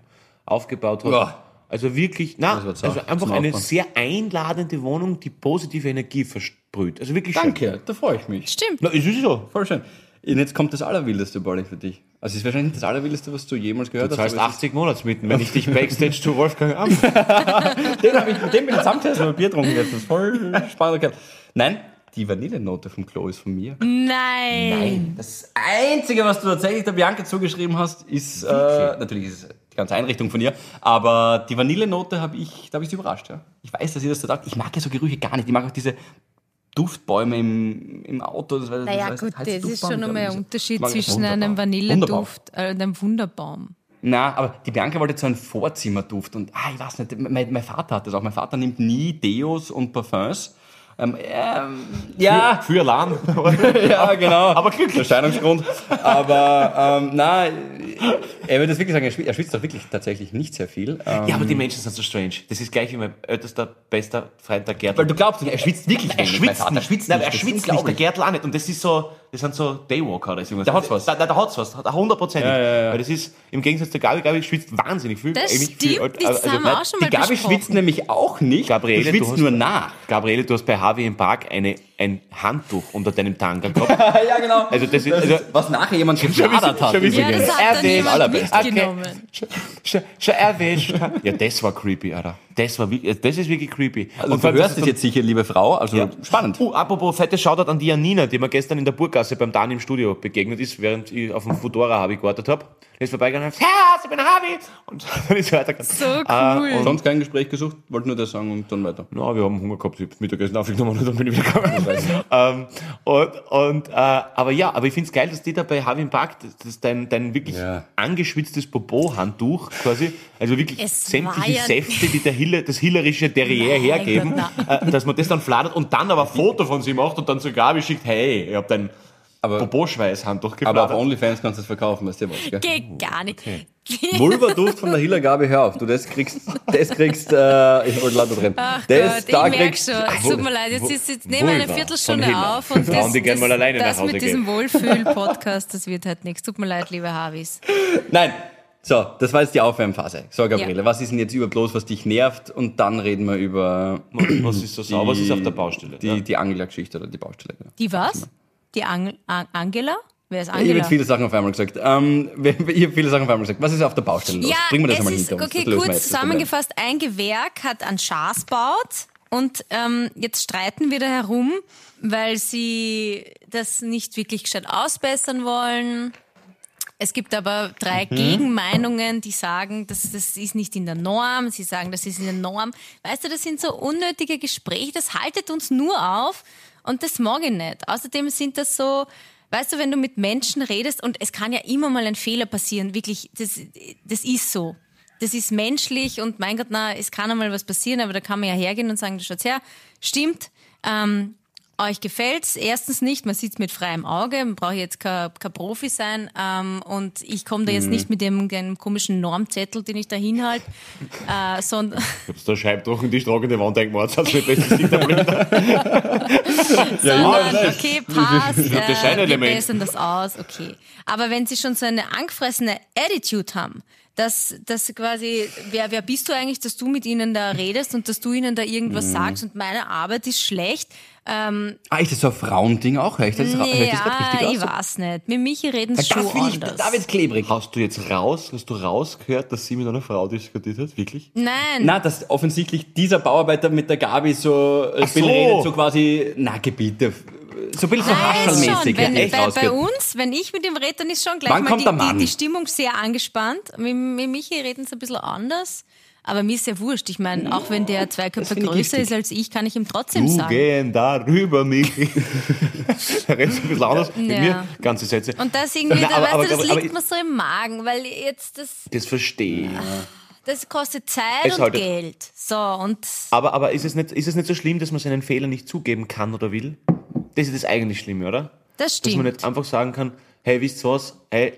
Speaker 1: aufgebaut hat.
Speaker 3: Ja.
Speaker 1: Also wirklich, na,
Speaker 3: Das wird's auch.
Speaker 1: also
Speaker 3: Das
Speaker 1: einfach
Speaker 3: ist ein
Speaker 1: eine
Speaker 3: Aufwand.
Speaker 1: sehr einladende Wohnung, die positive Energie versprüht. Also wirklich schön.
Speaker 3: Danke, da freue ich mich.
Speaker 2: Stimmt.
Speaker 1: Na, es ist so.
Speaker 3: Voll schön. Und jetzt kommt das Allerwildeste, Barley, für dich. Also, es ist wahrscheinlich nicht das Allerwildeste, was du jemals gehört
Speaker 1: Du
Speaker 3: hast.
Speaker 1: zahlst
Speaker 3: aber es
Speaker 1: 80 Monatsmieten, wenn ich dich Backstage zu
Speaker 3: <laughs>
Speaker 1: Wolfgang am.
Speaker 3: ist- Den habe ich mit dem bin ich zusammengesessen und ein Bier getrunken. jetzt. Das ist voll spannend. gehabt. Nein, die Vanillenote vom Klo ist von mir.
Speaker 2: Nein.
Speaker 3: Nein. Das Einzige, was du tatsächlich der Bianca zugeschrieben hast, ist. Äh, natürlich ist es die ganze Einrichtung von ihr. Aber die Vanillenote habe ich. Da habe ich sie überrascht, ja. Ich weiß, dass ihr das so sagt. Ich mag ja so Gerüche gar nicht. Ich mag auch diese. Duftbäume im, im Auto. Das,
Speaker 2: Naja,
Speaker 3: heißt-
Speaker 2: gut, das
Speaker 3: heißt
Speaker 2: ist
Speaker 3: Duftbaum,
Speaker 2: schon um-
Speaker 3: glaub ich.
Speaker 2: nochmal ein Unterschied
Speaker 3: Mag ich
Speaker 2: zwischen einem
Speaker 3: wunderbar. Wunderbar.
Speaker 2: Vanilleduft äh, und einem Wunderbaum.
Speaker 3: Na, aber die Bianca wollte jetzt so einen Vorzimmerduft und ah, ich weiß nicht, mein, mein Vater hat das auch. Mein Vater nimmt nie Deos und Parfums. Ähm, ähm, ja,
Speaker 1: Für Alarm.
Speaker 3: ja, genau. Aber glücklich. Der Scheidungsgrund. Aber ähm, na, er würde das wirklich sagen, er schwitzt, er schwitzt doch wirklich tatsächlich nicht sehr viel. Ähm,
Speaker 1: ja, aber die Menschen sind so strange. Das ist gleich wie mein ältester, bester Freund, der Gerd.
Speaker 3: weil du glaubst, nicht, er schwitzt wirklich
Speaker 1: Er
Speaker 3: wenig. mein
Speaker 1: schwitzt
Speaker 3: Vater
Speaker 1: nicht,
Speaker 3: schwitzt
Speaker 1: Nein,
Speaker 3: nicht.
Speaker 1: er
Speaker 3: Das ist
Speaker 1: schwitzt nicht, der
Speaker 3: unglaublich.
Speaker 1: Gärtl auch nicht. Und das ist so, das sind so Daywalker oder so. irgendwas.
Speaker 3: Da hat's was.
Speaker 1: Da, da, da hat's was, da 100 Prozent. Weil das ist, im Gegensatz zur Gabi, Gabi schwitzt wahnsinnig viel.
Speaker 2: Das
Speaker 1: eigentlich viel, also,
Speaker 2: stimmt, das haben wir auch schon mal
Speaker 3: Die Gabi
Speaker 2: besprochen.
Speaker 3: schwitzt nämlich auch nicht.
Speaker 1: Gabriele,
Speaker 3: du
Speaker 1: du
Speaker 3: schwitzt
Speaker 1: hast-
Speaker 3: nur nach.
Speaker 1: Gabriele, du hast bei Harvey im Park eine, ein Handtuch unter deinem Tanga
Speaker 3: <laughs>
Speaker 1: gehabt.
Speaker 3: ja, genau.
Speaker 1: Also das ist- also-
Speaker 3: was nachher jemand gebladert hat.
Speaker 1: schon wie-
Speaker 2: Ja, das hat dann
Speaker 1: Erwischt.
Speaker 2: jemand
Speaker 3: Allerbest.
Speaker 2: mitgenommen.
Speaker 1: Schon- schon- Schon erwischt. Ja, das war creepy, Alter. Das, war, wirklich- das ist wirklich creepy.
Speaker 3: Also
Speaker 1: vor
Speaker 3: du
Speaker 1: allem,
Speaker 3: hörst
Speaker 1: das
Speaker 3: es
Speaker 1: ist
Speaker 3: jetzt sicher, liebe Frau. Also spannend.
Speaker 1: Uh, apropos fettes Shoutout an die Janina, die mir gestern in der Burgasse beim Dan im Studio begegnet ist, während ich auf dem Fudora Harvey gewartet habe. Der ist vorbeigegangen und hat gesagt, Herz, ich bin Harvey. Und <laughs> dann ist er weitergegangen.
Speaker 2: So
Speaker 1: Ah,
Speaker 2: cool.
Speaker 3: Sonst kein Gespräch gesucht, wollte nur das sagen und dann weiter.
Speaker 1: na, wir haben Hunger gehabt, ich hab Mittagessen aufgenommen und dann bin ich wieder gekommen.
Speaker 3: <laughs> Also.
Speaker 1: ähm, und, und, äh, aber ja, aber ich find's geil, dass die da bei Harvey im Park, das- das dein, dein wirklich
Speaker 3: Ja.
Speaker 1: angeschwitztes Popo-Handtuch quasi, also wirklich
Speaker 2: Es war
Speaker 1: sämtliche
Speaker 2: ja-
Speaker 1: Säfte,
Speaker 2: <laughs>
Speaker 1: die der Hille, das hillerische Derrière
Speaker 2: Mein
Speaker 1: hergeben,
Speaker 2: Gott,
Speaker 1: äh, dass man das dann fladert und dann aber ein Foto von sie macht und dann zu Gabi schickt, hey, ich hab dein
Speaker 3: Aber-
Speaker 1: Popo-Schweißhandtuch
Speaker 3: Aber auf
Speaker 1: gefladert.
Speaker 3: OnlyFans kannst du es verkaufen, weißt du was, gell?
Speaker 2: Geht gar nicht. <laughs>
Speaker 3: Vulva-Duft von der Hila Gabi, hör auf. Du, das kriegst, das kriegst, äh, ich wollte leider drin.
Speaker 2: Ach
Speaker 3: das,
Speaker 2: Gott, ich merke schon. Es tut mir leid, jetzt, ist, jetzt nehmen wir eine
Speaker 1: Vulva
Speaker 2: Viertelstunde
Speaker 1: von Hiller.
Speaker 2: auf und
Speaker 1: Frauen,
Speaker 2: das,
Speaker 1: die gern mal alleine
Speaker 2: das,
Speaker 1: nach
Speaker 2: das
Speaker 1: Hause
Speaker 2: mit diesem
Speaker 1: gehen.
Speaker 2: Wohlfühl-Podcast, das wird halt nichts. Tut mir leid, liebe Harvis.
Speaker 3: Nein, so, das war jetzt die Aufwärmphase. So, Gabriele,
Speaker 2: Ja.
Speaker 3: was ist denn jetzt über bloß, was dich nervt? Und dann reden wir über
Speaker 1: Was ist so sauber, was ist auf der Baustelle?
Speaker 3: die,
Speaker 1: ja.
Speaker 3: die Angela-Geschichte oder die Baustelle. Ja.
Speaker 2: Die was? Die Angel, An Angela? Wer ist
Speaker 3: Ich habe
Speaker 2: Angela?
Speaker 3: jetzt viele Sachen auf einmal gesagt. Ähm, <laughs> wir- wir- ich habe viele Sachen auf einmal gesagt. Was ist auf der Baustelle los?
Speaker 2: Ja,
Speaker 3: Bringen wir das
Speaker 2: es
Speaker 3: einmal
Speaker 2: ist,
Speaker 3: hinter uns.
Speaker 2: okay,
Speaker 3: das lösen wir
Speaker 2: kurz
Speaker 3: jetzt, das Problem.
Speaker 2: zusammengefasst, ein Gewerk hat einen Schaß baut und ähm, jetzt streiten wir da herum, weil sie das nicht wirklich gescheit ausbessern wollen. Es gibt aber drei Gegenmeinungen, die sagen, das, das ist nicht in der Norm. Sie sagen, das ist in der Norm. Weißt du, das sind so unnötige Gespräche, das haltet uns nur auf und das mag ich nicht. Außerdem sind das so, weißt du, wenn du mit Menschen redest und es kann ja immer mal ein Fehler passieren, wirklich, das, das ist so. Das ist menschlich und mein Gott, na, es kann einmal was passieren, aber da kann man ja hergehen und sagen, schaut her, stimmt, ähm, euch gefällt's erstens nicht, man sieht's mit freiem Auge, man braucht jetzt kein, kein Profi sein ähm, und ich komme da jetzt
Speaker 3: Mhm.
Speaker 2: nicht mit dem, dem komischen Normzettel, den ich da hinhalte, äh, sondern
Speaker 1: Hab's da Scheibtrochen, die trockene Wand eingemalt, hat's mir bestes
Speaker 3: <laughs>
Speaker 1: Ding da blieb.
Speaker 2: <laughs> sondern, okay, passt, äh, wir
Speaker 1: Designelement.
Speaker 2: bessern das aus, okay. Aber wenn sie schon so eine angefressene Attitude haben, dass, dass quasi, wer, wer bist du eigentlich, dass du mit ihnen da redest und dass du ihnen da irgendwas
Speaker 3: Mhm.
Speaker 2: sagst und meine Arbeit ist schlecht,
Speaker 3: Ah, ist das so ein Frauending auch? Hör ich das, hör ich das grad
Speaker 2: ja, ich
Speaker 3: richtig aus?
Speaker 2: weiß nicht. Mit Michi reden sie schon
Speaker 3: Das will ich,
Speaker 2: anders.
Speaker 3: da wird's klebrig.
Speaker 1: Hast du jetzt raus, hast du rausgehört, dass sie mit einer Frau diskutiert hat? Wirklich?
Speaker 2: Nein,
Speaker 3: Na, dass offensichtlich dieser Bauarbeiter mit der Gabi so äh,
Speaker 1: Ach so.
Speaker 3: beredet, so quasi, na, Gebiete. So ein bisschen so
Speaker 2: Nein, schon.
Speaker 3: haschelmäßig, ja,
Speaker 2: Also, Wenn,
Speaker 3: echt
Speaker 2: bei, bei
Speaker 3: rausgeht.
Speaker 2: uns, wenn ich mit ihm rede, dann ist schon gleich
Speaker 3: Wann
Speaker 2: mal
Speaker 3: kommt
Speaker 2: die,
Speaker 3: der Mann?
Speaker 2: Die, die Stimmung sehr angespannt. Mit, mit Michi reden sie ein bisschen anders. Aber mir ist ja wurscht. Ich meine, auch wenn der zwei Köpfe
Speaker 3: find ich
Speaker 2: größer
Speaker 3: richtig. Uh,
Speaker 2: ist als ich, kann ich ihm trotzdem
Speaker 1: Du
Speaker 2: sagen.
Speaker 1: gehen darüber,
Speaker 2: <laughs>
Speaker 1: Michi. er redet so ein bisschen anders mit
Speaker 2: Ja.
Speaker 1: mir. Ganze Sätze.
Speaker 2: Und das irgendwie,
Speaker 1: Na,
Speaker 2: da,
Speaker 1: aber-
Speaker 2: weißt
Speaker 1: aber-
Speaker 2: du, das
Speaker 1: aber- aber-
Speaker 2: liegt mir so im Magen, weil jetzt das,
Speaker 1: Das verstehe ich.
Speaker 2: das kostet Zeit
Speaker 1: Es
Speaker 2: und
Speaker 1: haltet-
Speaker 2: Geld. So, und
Speaker 1: Aber, aber ist, es nicht, ist es nicht so schlimm, dass man seinen Fehler nicht zugeben kann oder will? Das ist das eigentlich Schlimme, oder?
Speaker 2: das
Speaker 1: Dass man
Speaker 2: stimmt.
Speaker 1: nicht einfach sagen kann, hey, wisst ihr was? Hey,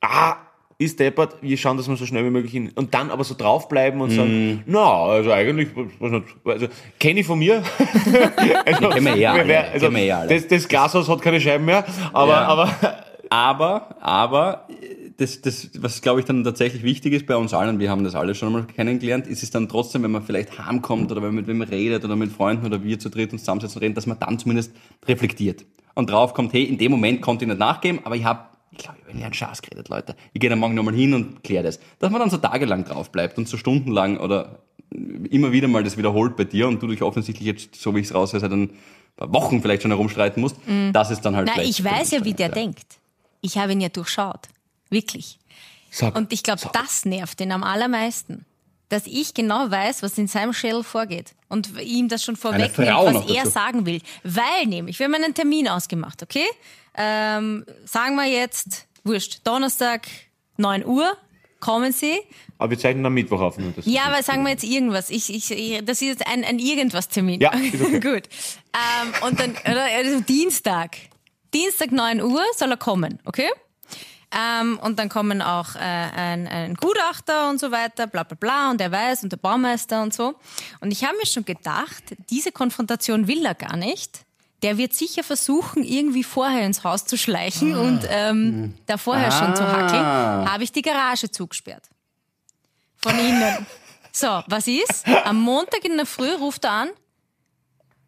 Speaker 1: ah, ist deppert, wir schauen, dass wir so schnell wie möglich hin. Und dann aber so draufbleiben und
Speaker 3: Mhm.
Speaker 1: sagen, na, also eigentlich, was nicht, also, kenne ich von
Speaker 3: <laughs>
Speaker 1: mir. also,
Speaker 3: kennen wir eh alle,
Speaker 1: wer- wer- also,
Speaker 3: kennen wir eh alle.
Speaker 1: das, das Glashaus hat keine Scheiben mehr, aber,
Speaker 3: Ja.
Speaker 1: aber <laughs>
Speaker 3: Aber, aber, äh, das, das, was glaube ich dann tatsächlich wichtig ist bei uns allen, und wir haben das alle schon einmal kennengelernt, ist es dann trotzdem, wenn man vielleicht heimkommt oder wenn man mit wem redet oder mit Freunden oder wir zu dritt uns zusammensetzen und reden, dass man dann zumindest reflektiert und draufkommt, hey, in dem Moment konnte ich nicht nachgeben, aber ich habe, ich glaube, ich habe einen Schatz geredet, Leute. Ich gehe dann morgen nochmal hin und kläre das. Dass man dann so tagelang drauf bleibt und so stundenlang oder immer wieder mal das wiederholt bei dir und du dich offensichtlich jetzt, so wie ich es raushöre, seit ein paar Wochen vielleicht schon herumstreiten musst, das ist dann halt
Speaker 2: Mhm. Na,
Speaker 3: vielleicht
Speaker 2: ich weiß ja, wie der
Speaker 3: anstrengend, ja.
Speaker 2: denkt. Ich habe ihn ja durchschaut. Wirklich.
Speaker 1: Sag,
Speaker 2: Und ich glaube, das nervt ihn am allermeisten. Dass ich genau weiß, was in seinem Schädel vorgeht und ihm das schon vorweg
Speaker 3: Frau noch
Speaker 2: was er
Speaker 3: dazu.
Speaker 2: sagen will. Weil nämlich, wir haben einen Termin ausgemacht, okay? Ähm, sagen wir jetzt, wurscht, Donnerstag 9 Uhr kommen sie.
Speaker 1: aber wir zeichnen am Mittwoch auf. Nur das
Speaker 2: Ja, aber sagen wir jetzt irgendwas. Ich, ich, ich, das ist jetzt ein, ein Irgendwas-Termin.
Speaker 1: Ja, ist okay.
Speaker 2: Gut. Ähm, und dann, oder, also Dienstag. Dienstag 9 Uhr soll er kommen, okay? Ähm, und dann kommen auch äh, ein, ein Gutachter und so weiter, bla bla bla, und der weiß und der Baumeister und so. Und ich habe mir schon gedacht, diese Konfrontation will er gar nicht. Der wird sicher versuchen, irgendwie vorher ins Haus zu schleichen
Speaker 1: Ah.
Speaker 2: und
Speaker 1: Hm.
Speaker 2: ähm, da vorher schon zu hackeln. Habe ich die Garage zugesperrt. Von innen. So, was ist? Am Montag in der Früh ruft er an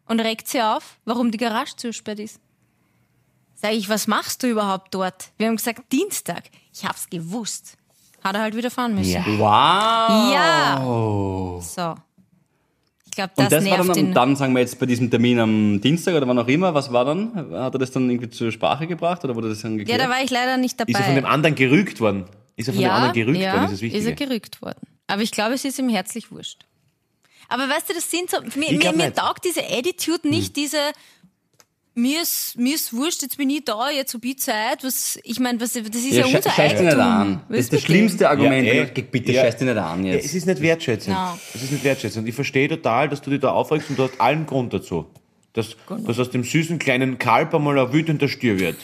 Speaker 2: und regt sie auf, warum die Garage zugesperrt ist. Sag ich, was machst du überhaupt dort? Wir haben gesagt, Dienstag. Ich hab's gewusst. Hat er halt wieder fahren müssen. Ja.
Speaker 3: Wow!
Speaker 2: So. Ich glaube, das,
Speaker 3: Oh. Und das, war
Speaker 2: nervt
Speaker 3: dann, am-
Speaker 2: ihn.
Speaker 3: dann, sagen wir jetzt bei diesem Termin am Dienstag oder wann auch immer, was war dann? Hat er das dann irgendwie zur Sprache gebracht oder wurde das dann
Speaker 2: ja,
Speaker 3: geklärt?
Speaker 2: da war ich leider nicht dabei.
Speaker 1: Ist er von dem anderen gerügt worden? Ist er von der anderen gerückt
Speaker 2: ja,
Speaker 1: worden? Ist das
Speaker 2: ist
Speaker 1: Wichtige?
Speaker 2: er gerückt worden. Aber ich glaube, es ist ihm herzlich wurscht. Aber weißt du, das sind so, mir,
Speaker 1: Ich
Speaker 2: mir,
Speaker 1: glaub
Speaker 2: mir
Speaker 1: nicht.
Speaker 2: taugt diese Attitude nicht, diese, mir ist, mir ist wurscht, jetzt bin ich da, jetzt hab ich Zeit, was, ich meine, was, das ist ja,
Speaker 3: sche-
Speaker 2: unser
Speaker 3: scheiß dich
Speaker 2: Eigentum.
Speaker 3: nicht an. Das
Speaker 2: Weißt
Speaker 3: ist das
Speaker 2: du,
Speaker 3: schlimmste Argument.
Speaker 1: Ja, eh.
Speaker 3: Geh bitte
Speaker 1: Ja.
Speaker 3: scheiß dich nicht an
Speaker 1: Ja, es
Speaker 3: jetzt.
Speaker 1: ist nicht wertschätzend.
Speaker 2: Nein.
Speaker 1: Es ist nicht wertschätzend. Und ich verstehe total, dass du dich da aufregst und du hast allen Grund dazu. Dass,
Speaker 2: Genau.
Speaker 1: dass aus dem süßen kleinen Kalb einmal ein wütender Stier wird.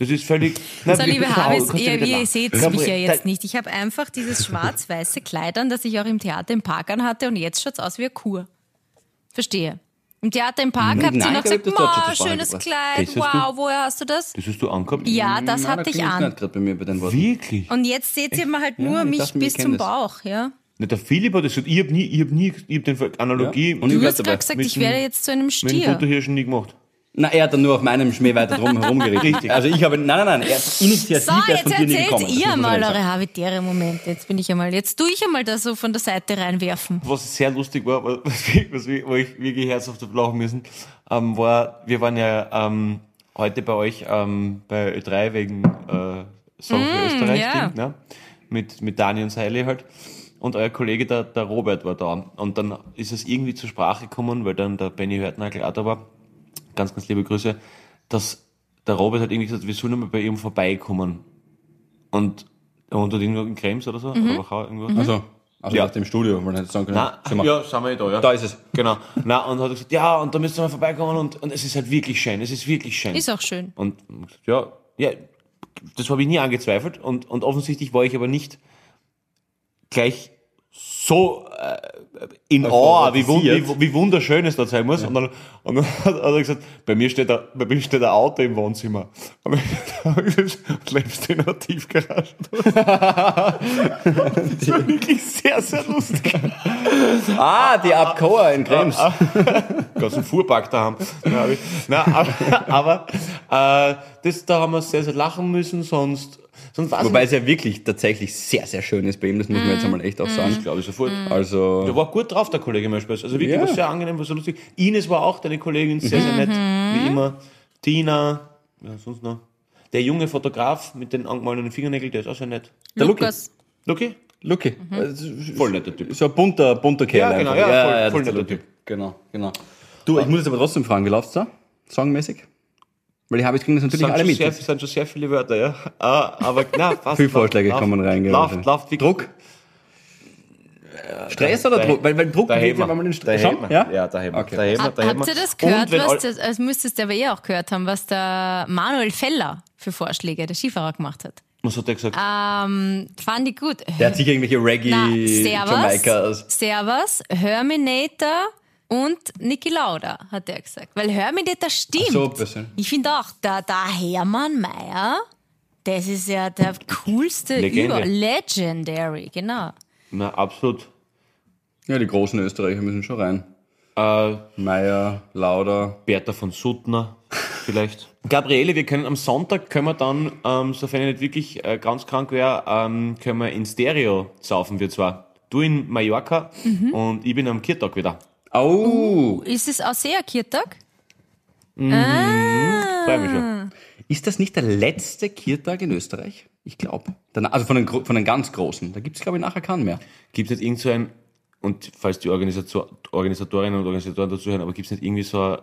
Speaker 1: Das ist
Speaker 2: <laughs>
Speaker 1: völlig... Na,
Speaker 2: So,
Speaker 1: bitte, <laughs>
Speaker 2: liebe
Speaker 1: Frau,
Speaker 2: Habis,
Speaker 1: kannst du
Speaker 2: ihr,
Speaker 1: bitte
Speaker 2: ihr
Speaker 1: lachen?
Speaker 2: seht
Speaker 1: Gabriele,
Speaker 2: mich ja jetzt
Speaker 1: da-
Speaker 2: nicht. Ich habe einfach dieses schwarz-weiße Kleid an, das ich auch im Theater im Park anhatte und jetzt schaut's aus wie eine Kur. Verstehe. Im Theater im Park habt ihr
Speaker 3: Nein,
Speaker 2: noch
Speaker 3: ich glaub,
Speaker 2: gesagt,
Speaker 3: das hat
Speaker 2: wow,
Speaker 3: schon das Wahre
Speaker 2: schönes
Speaker 3: gebracht."
Speaker 2: Kleid,
Speaker 1: Das hast du-
Speaker 2: wow, woher hast du das?
Speaker 1: Das hast du angehabt?
Speaker 2: Ja, das
Speaker 3: Nein,
Speaker 2: hatte
Speaker 3: da
Speaker 2: ich
Speaker 3: klingt's
Speaker 2: an.
Speaker 3: nicht gerade bei mir bei den Worten.
Speaker 1: Wirklich?
Speaker 2: Und jetzt seht ihr mal halt nur
Speaker 3: ich
Speaker 2: mich
Speaker 3: dachte mir,
Speaker 2: bis
Speaker 3: ich kenn
Speaker 2: zum
Speaker 3: das.
Speaker 2: Bauch, ja.
Speaker 1: Na, der Philipp hat das gesagt. Ich hab nie, ich hab nie, ich hab den Ver- Analogie
Speaker 3: Ja. Und
Speaker 1: und
Speaker 3: ich
Speaker 1: mit
Speaker 2: Du
Speaker 3: bleib
Speaker 2: hast
Speaker 3: dabei.
Speaker 2: gerade gesagt,
Speaker 1: Mit
Speaker 2: ich
Speaker 1: dem-
Speaker 2: werde jetzt zu einem
Speaker 1: dem
Speaker 2: Stier.
Speaker 1: Butterhirschen nie gemacht.
Speaker 3: Na, er hat dann nur auf meinem Schmäh weiter drum
Speaker 2: <laughs>
Speaker 3: herumgerichtet. Also ich habe, nein, nein, nein, er hat Initiative
Speaker 2: So,
Speaker 3: erst
Speaker 2: jetzt
Speaker 3: von dir nie gekommen.
Speaker 2: erzählt
Speaker 3: Das muss
Speaker 2: ihr
Speaker 3: man
Speaker 2: mal
Speaker 3: ehrlich
Speaker 2: eure
Speaker 3: sagen.
Speaker 2: habitäre Momente. Jetzt bin ich einmal, jetzt tue ich einmal da so von der Seite reinwerfen.
Speaker 1: was sehr lustig war, <laughs> was, wir- was, wir- wo ich wirklich herzhaft hab lachen müssen, ähm, war, wir waren ja ähm, heute bei euch ähm, bei Ö3 wegen äh, Song für Österreich,
Speaker 2: ja.
Speaker 1: Ding, ne? mit, mit Dani und Seile halt. Und euer Kollege, der, der Robert, war da. Und dann ist es irgendwie zur Sprache gekommen, weil dann der Benny Hörtnagel auch da war. Ganz, ganz liebe Grüße. Dass der Robert hat irgendwie gesagt, wir sollen mal bei ihm vorbeikommen. Und, und hat irgendwo in Krems oder so, oder Wachau, irgendwo.
Speaker 3: Also, also
Speaker 1: Ja.
Speaker 3: nach dem Studio, weil er nicht sagen können.
Speaker 1: Na,
Speaker 3: schau mal.
Speaker 1: ja, sind wir eh da, ja.
Speaker 3: Da ist es.
Speaker 1: Genau. Na, und hat gesagt, ja, und da müssen wir vorbeikommen und, und es ist halt wirklich schön, es ist wirklich schön.
Speaker 2: Ist auch schön.
Speaker 1: Und gesagt, ja, ja, das habe ich nie angezweifelt und, und offensichtlich war ich aber nicht gleich so äh, in Awe, wie, wund, wie, wie wunderschön es da sein muss. Und dann, und dann <laughs> hat hat er gesagt, bei mir steht ein, bei mir steht ein Auto im Wohnzimmer. Und dann habe ich <laughs> gesagt, lebst du in einer Tiefgarage? <laughs> das <laughs> war wirklich sehr, sehr lustig.
Speaker 3: Ah, die Abkoa in Krems.
Speaker 1: Ah, ganzen Fuhrpark da haben. Nein, aber <laughs> aber äh, das, da haben wir sehr, sehr lachen müssen, sonst, sonst war
Speaker 3: Wobei es ja wirklich tatsächlich sehr, sehr schön ist bei ihm, das muss
Speaker 1: Mhm.
Speaker 3: man jetzt einmal echt auch sagen.
Speaker 1: glaube ich sofort.
Speaker 3: Also,
Speaker 1: Der war gut drauf, der Kollege Meschbeiß. Also wirklich
Speaker 3: Ja.
Speaker 1: was sehr angenehm, was sehr lustig. Ines war auch deine Kollegin, sehr, sehr nett,
Speaker 3: Mhm.
Speaker 1: wie immer. Tina, ja, sonst noch. Der junge Fotograf mit den angemalten Fingernägeln, der ist auch sehr nett.
Speaker 3: der
Speaker 2: Lukas,
Speaker 1: Lucky?
Speaker 3: Lucky. Also,
Speaker 1: Voll netter Typ.
Speaker 3: So ein bunter, bunter
Speaker 1: Mhm.
Speaker 3: Kerl.
Speaker 1: Ja, genau,
Speaker 3: einfach.
Speaker 1: ja, voll- voll
Speaker 3: das ist der
Speaker 1: netter
Speaker 3: Lucky. Genau, genau. Du, ich muss jetzt aber trotzdem fragen, wie läuft's da? Songmäßig? Weil die Habits kriegen das natürlich
Speaker 1: Sind
Speaker 3: alle
Speaker 1: schon,
Speaker 3: mit.
Speaker 1: sehr, sind schon sehr viele Wörter, ja. Ah, aber
Speaker 3: <laughs>
Speaker 1: na, passt.
Speaker 3: Viele Vorschläge
Speaker 1: Läuft,
Speaker 3: kommen rein. gell? also.
Speaker 1: Läuft, läuft, wie-
Speaker 3: Druck? Stress oder
Speaker 1: da-
Speaker 3: Druck? Weil, weil Druck
Speaker 1: da
Speaker 3: geht
Speaker 1: hätten
Speaker 3: ja,
Speaker 1: wir-
Speaker 3: wenn man den
Speaker 1: da
Speaker 3: Stress Schon?
Speaker 1: hätten wir-
Speaker 3: Ja?
Speaker 1: Ja, da hätten wir-
Speaker 3: Okay.
Speaker 1: da hätten wir-
Speaker 2: hab,
Speaker 1: da hätten
Speaker 2: habt ihr
Speaker 1: wir.
Speaker 2: das
Speaker 1: Und
Speaker 2: gehört,
Speaker 1: wenn all-
Speaker 2: was das, das müsstest ihr aber eh auch gehört haben, was der Manuel Feller für Vorschläge, der Skifahrer, gemacht hat.
Speaker 1: Was hat er gesagt?
Speaker 2: Ähm, fand ich gut.
Speaker 3: Der hat sicher irgendwelche
Speaker 2: Na,
Speaker 3: Reggae,
Speaker 2: Servus,
Speaker 3: Jamaikas.
Speaker 2: Servus, Herminator und Niki Lauda, hat er gesagt. Weil Herminator stimmt.
Speaker 3: Ach so, ein bisschen.
Speaker 2: Ich finde auch, der, der Hermann Mayer, das ist ja der coolste
Speaker 1: Legende.
Speaker 2: über Legendary, genau.
Speaker 1: Na, absolut.
Speaker 3: Ja, die großen Österreicher müssen schon rein.
Speaker 1: Äh,
Speaker 3: Meier, Lauder.
Speaker 1: Bertha von Suttner vielleicht. <laughs> Gabriele, wir können am Sonntag, können wir dann, ähm, sofern ich nicht wirklich äh, ganz krank wäre, ähm, können wir in Stereo saufen wir zwar. Du in Mallorca und ich bin am Kirtag wieder. Uh.
Speaker 3: Oh!
Speaker 2: Ist es Ausseherkirtag?
Speaker 1: Freue mich schon.
Speaker 3: Ist das nicht der letzte Kirtag in Österreich? Ich glaube. Also von den, gro- von den ganz Großen. Da gibt es, glaube ich, nachher keinen mehr.
Speaker 1: Gibt es nicht irgend so ein, und falls die Organisator, Organisatorinnen und Organisatoren dazu hören, aber gibt es nicht irgendwie so einen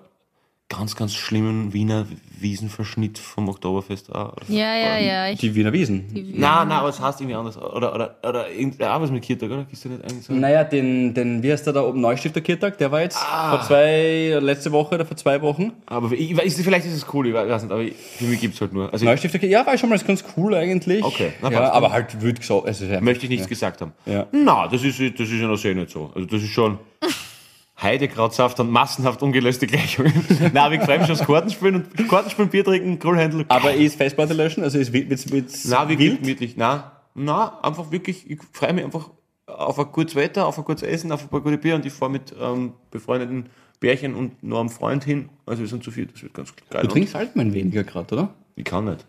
Speaker 1: ganz, ganz schlimmen Wiener Wiesenverschnitt vom Oktoberfest? auch? Oder
Speaker 2: Ja, ja, ja. Ich,
Speaker 3: Ähm, Die Wiener Wiesen.
Speaker 1: Nein, nein, aber es heißt irgendwie anders. Oder, oder, oder irgend- auch was mit Kirtag, oder? Gibt's da nicht eigentlich so?
Speaker 3: Naja, den, den, wie heißt der da oben? Neustifter Kirtag, der war jetzt
Speaker 1: Ah.
Speaker 3: vor zwei, letzte Woche oder vor zwei Wochen.
Speaker 1: Aber ich, weiß- vielleicht ist es cool, ich weiß nicht, aber ich, für mich gibt's halt nur. Also ich
Speaker 3: Neustifter Kirtag, ja, war schon mal ganz cool eigentlich.
Speaker 1: Okay, na
Speaker 3: ja,
Speaker 1: passt.
Speaker 3: aber halt wird gesagt. Also, ja,
Speaker 1: möchte ich nichts gesagt haben.
Speaker 3: Ja.
Speaker 1: Na, das ist, das ist ja noch sehr nicht so. Also das ist schon Heidekrautsaft und massenhaft ungelöste
Speaker 3: <laughs>
Speaker 1: Gleichungen. Na, wir freuen mich aufs Kartenspielen und Kartenspielen, Bier trinken, Kohlhändel.
Speaker 3: aber ist Festplatte löschen? Also ist wild, wird's, wird's
Speaker 1: Na, wirklich gemütlich. Na, na, einfach wirklich, ich freue mich einfach auf ein gutes Wetter, auf ein gutes Essen, auf ein paar gute Bier und ich fahre mit ähm, befreundeten Bärchen und noch einem Freund hin. Also wir sind zu viel, das wird ganz geil.
Speaker 3: Du trinkst allgemein weniger gerade, oder?
Speaker 1: Ich kann nicht.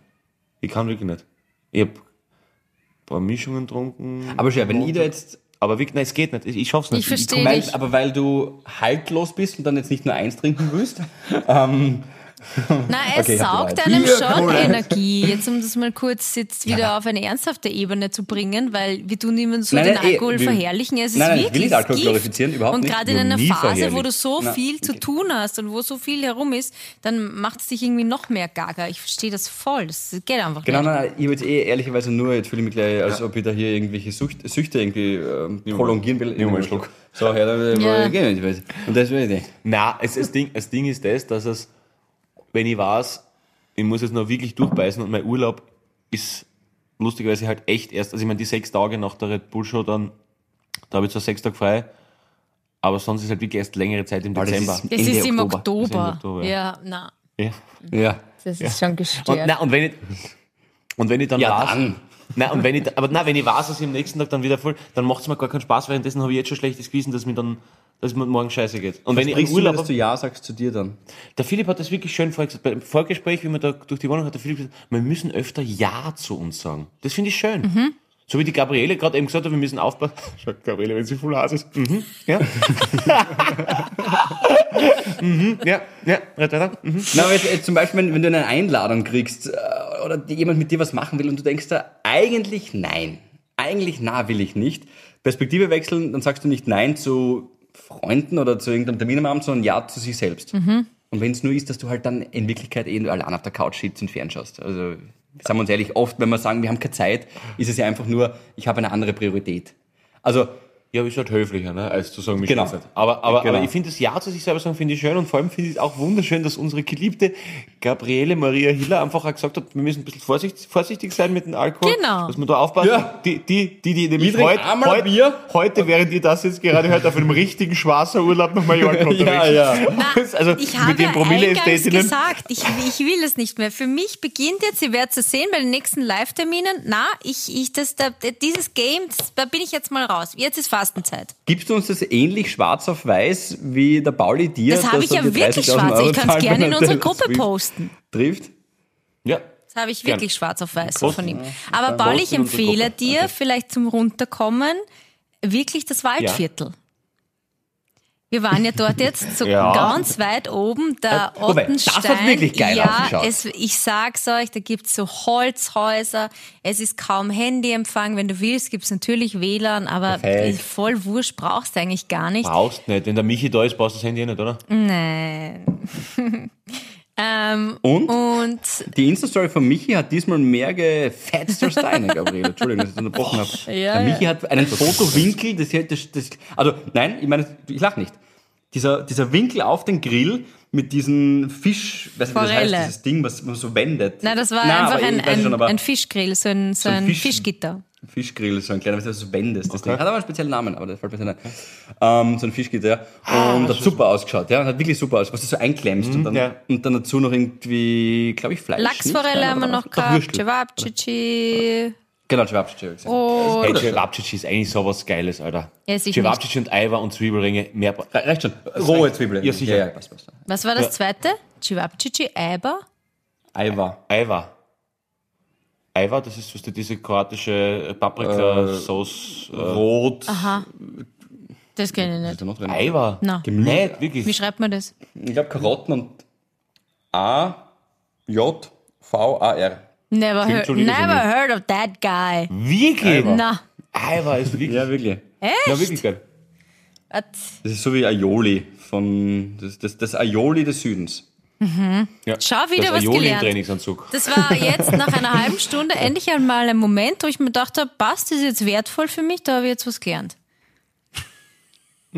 Speaker 1: Ich kann wirklich nicht. Ich hab ein paar Mischungen getrunken.
Speaker 3: Aber schau, wenn ich da jetzt
Speaker 1: Aber wirklich, nein, es geht nicht. Ich, ich schaff's nicht.
Speaker 2: ich verstehe
Speaker 3: Weil,
Speaker 2: dich.
Speaker 3: aber weil du haltlos bist und dann jetzt nicht nur eins trinken willst, <laughs> ähm,
Speaker 2: Na, es
Speaker 3: Okay, ich hab
Speaker 2: saugt
Speaker 3: bereit.
Speaker 2: einem
Speaker 3: Ja,
Speaker 2: schon
Speaker 3: cool.
Speaker 2: Energie. Jetzt, um das mal kurz jetzt wieder auf eine ernsthafte Ebene zu bringen, weil wir tun niemanden so
Speaker 3: Nein,
Speaker 2: den
Speaker 3: nein, eh,
Speaker 2: Alkohol
Speaker 3: wir-
Speaker 2: verherrlichen. Es ist
Speaker 3: Nein, nein, ich will
Speaker 2: wirklich
Speaker 3: nicht Alkohol
Speaker 2: Gift.
Speaker 3: glorifizieren, überhaupt
Speaker 2: Und
Speaker 3: nicht.
Speaker 2: gerade in
Speaker 1: Noch
Speaker 2: einer
Speaker 1: nie
Speaker 2: Phase, wo
Speaker 1: verherrlicht.
Speaker 2: du so
Speaker 3: Na,
Speaker 2: viel zu tun hast und wo so viel herum ist, dann macht es dich irgendwie noch mehr gaga. Ich verstehe das voll. Das geht einfach
Speaker 3: Genau,
Speaker 2: nicht.
Speaker 3: nein, nein, ich habe jetzt eh ehrlicherweise nur, jetzt fühle ich mich gleich, als ob ich da hier irgendwelche Sucht, Süchte irgendwie ähm, prolongieren will.
Speaker 1: Nimm mal einen Schluck.
Speaker 3: So, ja, dann
Speaker 2: Ja.
Speaker 3: ja. gehen wir jetzt. Und das will ich nicht.
Speaker 1: Na, es, das, Ding, das Ding ist das, dass es, wenn ich weiß, ich muss jetzt noch wirklich durchbeißen und mein Urlaub ist lustigerweise halt echt erst, also ich meine, die sechs Tage nach der Red Bull Show, dann, da habe ich zwar sechs Tage frei, aber sonst ist halt wirklich erst längere Zeit im
Speaker 3: das
Speaker 1: Dezember.
Speaker 3: ist-
Speaker 2: Es
Speaker 3: Ende
Speaker 2: ist im
Speaker 3: Oktober.
Speaker 1: Das
Speaker 2: Oktober.
Speaker 1: ist im Oktober, ja.
Speaker 2: Ja, na.
Speaker 1: Ja.
Speaker 3: Ja.
Speaker 6: Das ist schon
Speaker 1: Und,
Speaker 6: gestört.
Speaker 1: na, und wenn ich, und wenn ich dann
Speaker 3: Ja,
Speaker 1: weiß,
Speaker 3: dann.
Speaker 1: Nein, und wenn ich, aber nein, wenn ich weiß, dass ich am nächsten Tag dann wieder voll, dann macht es mir gar keinen Spaß, währenddessen habe ich jetzt schon schlechtes Gewissen, dass mir dann, dass mir morgen scheiße geht. Und wenn ich
Speaker 3: Bringst
Speaker 1: einen
Speaker 3: du mir,
Speaker 1: Urlaub
Speaker 3: dass du Ja sagst zu dir dann?
Speaker 1: Der Philipp hat das wirklich schön vorher gesagt. Beim Vorgespräch, wie man da durch die Wohnung hat, der Philipp gesagt, wir müssen öfter Ja zu uns sagen. Das finde ich schön. So wie die Gabriele gerade eben gesagt hat, wir müssen aufpassen. <laughs> Schau, Gabriele, wenn sie voll Hass ist. Mhm. Ja. <laughs> mhm. Ja, ja, red weiter. Mhm.
Speaker 3: Na, aber jetzt, jetzt zum Beispiel, wenn, wenn du eine Einladung kriegst äh, oder die- jemand mit dir was machen will und du denkst da, eigentlich nein. Eigentlich na will ich nicht. Perspektive wechseln, dann sagst du nicht nein zu Freunden oder zu irgendeinem Termin am Abend, sondern ja zu sich selbst. Und wenn es nur ist, dass du halt dann in Wirklichkeit eh nur allein auf der Couch sitzt und fernschaust. Also, sagen wir uns ehrlich, oft, wenn wir sagen, wir haben keine Zeit, ist es ja einfach nur, ich habe eine andere Priorität. Also,
Speaker 1: Ja, aber ist halt höflicher, ne, als zu sagen, mich
Speaker 3: Genau.
Speaker 1: genau. nicht. Aber, aber,
Speaker 3: Genau.
Speaker 1: aber ich finde das Ja zu sich selber sagen, finde ich schön und vor allem finde ich es auch wunderschön, dass unsere geliebte Gabriele Maria Hiller einfach auch gesagt hat, wir müssen ein bisschen vorsichtig, vorsichtig sein mit dem Alkohol.
Speaker 2: Genau.
Speaker 1: Dass wir da aufpassen.
Speaker 3: Ja.
Speaker 1: Die, die, die, die nämlich
Speaker 3: trinken
Speaker 1: heute,
Speaker 3: einmal ein Bier.
Speaker 1: heute, heute, während ihr das jetzt gerade hört, auf einem richtigen Schwarzerurlaub nach Mallorca unterwegs
Speaker 3: <laughs> ja.
Speaker 1: ist. Also,
Speaker 2: ich habe
Speaker 1: mit den promille
Speaker 2: eingangs
Speaker 1: ästhetinnen
Speaker 2: gesagt, ich, ich will es nicht mehr. Für mich beginnt jetzt, ihr werdet es sehen bei den nächsten Live-Terminen, na, ich, ich, das, da, dieses Game, das, da bin ich jetzt mal raus. Jetzt ist Fastenzeit.
Speaker 3: Gibst du uns das ähnlich schwarz auf weiß wie der Pauli dir?
Speaker 2: Das habe
Speaker 3: dass
Speaker 2: ich
Speaker 3: er
Speaker 2: ja
Speaker 3: dir
Speaker 2: wirklich
Speaker 3: 30.000
Speaker 2: schwarz.
Speaker 3: Euro
Speaker 2: Ich kann es
Speaker 3: zahlen
Speaker 2: gerne
Speaker 3: will,
Speaker 2: in
Speaker 3: dass <laughs>
Speaker 2: unsere
Speaker 3: er
Speaker 2: Gruppe
Speaker 3: Swift
Speaker 2: posten.
Speaker 3: Trifft.
Speaker 1: Ja.
Speaker 2: Das habe ich
Speaker 1: Gerne.
Speaker 2: wirklich schwarz auf weiß so von ihm. Aber
Speaker 1: Dann
Speaker 2: Paul,
Speaker 1: posten
Speaker 2: ich
Speaker 1: in unsere
Speaker 2: empfehle
Speaker 1: Gruppe.
Speaker 2: dir vielleicht zum Runterkommen wirklich das Waldviertel. Wir waren ja dort
Speaker 3: <laughs>
Speaker 2: jetzt so
Speaker 1: Ja.
Speaker 2: ganz weit oben, der
Speaker 3: Äh, wobei, das
Speaker 2: Ottenstein.
Speaker 3: hat wirklich geil
Speaker 2: ja,
Speaker 3: ausgeschaut.
Speaker 2: es, ich sag's euch, da gibt's so Holzhäuser, es ist kaum Handyempfang. Wenn du willst, gibt's natürlich WLAN, aber
Speaker 3: Perfekt.
Speaker 2: voll wurscht brauchst du eigentlich gar nicht.
Speaker 1: Brauchst nicht. Wenn der Michi da ist, brauchst du das Handy eh nicht, oder?
Speaker 2: Nein. ähm,
Speaker 3: Und?
Speaker 2: und
Speaker 3: Die Insta-Story von Michi hat diesmal mehr gefetzt als deine, Gabriele. Entschuldigung, dass ich das unterbrochen habe.
Speaker 2: Oh,
Speaker 3: der Michi hat einen Fotowinkel, das, hier- das, das, also nein, ich meine, ich lach nicht. Dieser, dieser Winkel auf den Grill mit diesem Fisch, weiß nicht, wie das heißt,
Speaker 2: Forelle.
Speaker 3: dieses Ding, was man so wendet.
Speaker 2: Nein, das war
Speaker 3: Nein, aber
Speaker 2: einfach
Speaker 3: ich
Speaker 2: ein,
Speaker 3: weiß
Speaker 2: ein,
Speaker 3: schon, aber-
Speaker 2: ein Fischgrill, so ein, so ein
Speaker 3: Fisch-
Speaker 2: Fischgitter.
Speaker 3: Fischgrill, so ein kleiner, was du so wendest. Das Ding. Hat aber einen speziellen Namen, aber das fällt mir nicht ein. Ähm, so ein Fischgitter, ja. Und hat super Mhm, ausgeschaut, ja. Hat wirklich super ausgeschaut, was du so einklemmst und, dann,
Speaker 1: ja.
Speaker 3: und dann dazu noch irgendwie, glaube ich, Fleisch. nicht?
Speaker 2: Lachsforelle
Speaker 3: Nein,
Speaker 2: haben wir
Speaker 3: aber
Speaker 2: noch
Speaker 3: doch
Speaker 2: gehabt,
Speaker 3: Würstel.
Speaker 2: Cevapcici.
Speaker 3: Genau, Cevapcici. Oh.
Speaker 1: Hey, Cevapcici ist eigentlich sowas Geiles, Alter.
Speaker 2: Ja, sicher
Speaker 1: Cevapcici und Eiver und Zwiebelringe, mehr bra-
Speaker 3: Reicht schon. Rohe Zwiebeln.
Speaker 1: Ja, sicher.
Speaker 3: Ja, ja, passt, passt.
Speaker 2: Was war das zweite? Cevapcici, Eiber.
Speaker 3: Eiwa.
Speaker 1: Aiva. Aiva, das ist was die, diese kroatische äh, Paprika-Sauce. Äh,
Speaker 3: Rot.
Speaker 2: Das kenne ich
Speaker 3: Ist
Speaker 2: nicht.
Speaker 3: da noch drin?
Speaker 1: Aiva?
Speaker 2: Na.
Speaker 3: Gemüse.
Speaker 1: Nicht,
Speaker 2: Wie
Speaker 1: wirklich.
Speaker 2: schreibt man das?
Speaker 3: Ich glaube, Karotten und A, J, V, A, R.
Speaker 2: Never, heard,
Speaker 1: schon wieder so
Speaker 2: never heard of that guy.
Speaker 1: Wirklich?
Speaker 2: Na,
Speaker 1: Aiva ist wirklich.
Speaker 3: Ja, wirklich.
Speaker 1: Na, wirklich geil.
Speaker 2: was?
Speaker 3: Das ist so wie Aioli von, das, das, das Aioli des Südens.
Speaker 1: Ja.
Speaker 2: Schau,
Speaker 1: das
Speaker 2: wieder was
Speaker 1: Aioli im
Speaker 2: gelernt.
Speaker 1: Trainingsanzug.
Speaker 2: das war jetzt nach einer halben Stunde endlich einmal ein Moment, wo ich mir gedacht habe, passt, das ist jetzt wertvoll für mich, da habe ich jetzt was gelernt.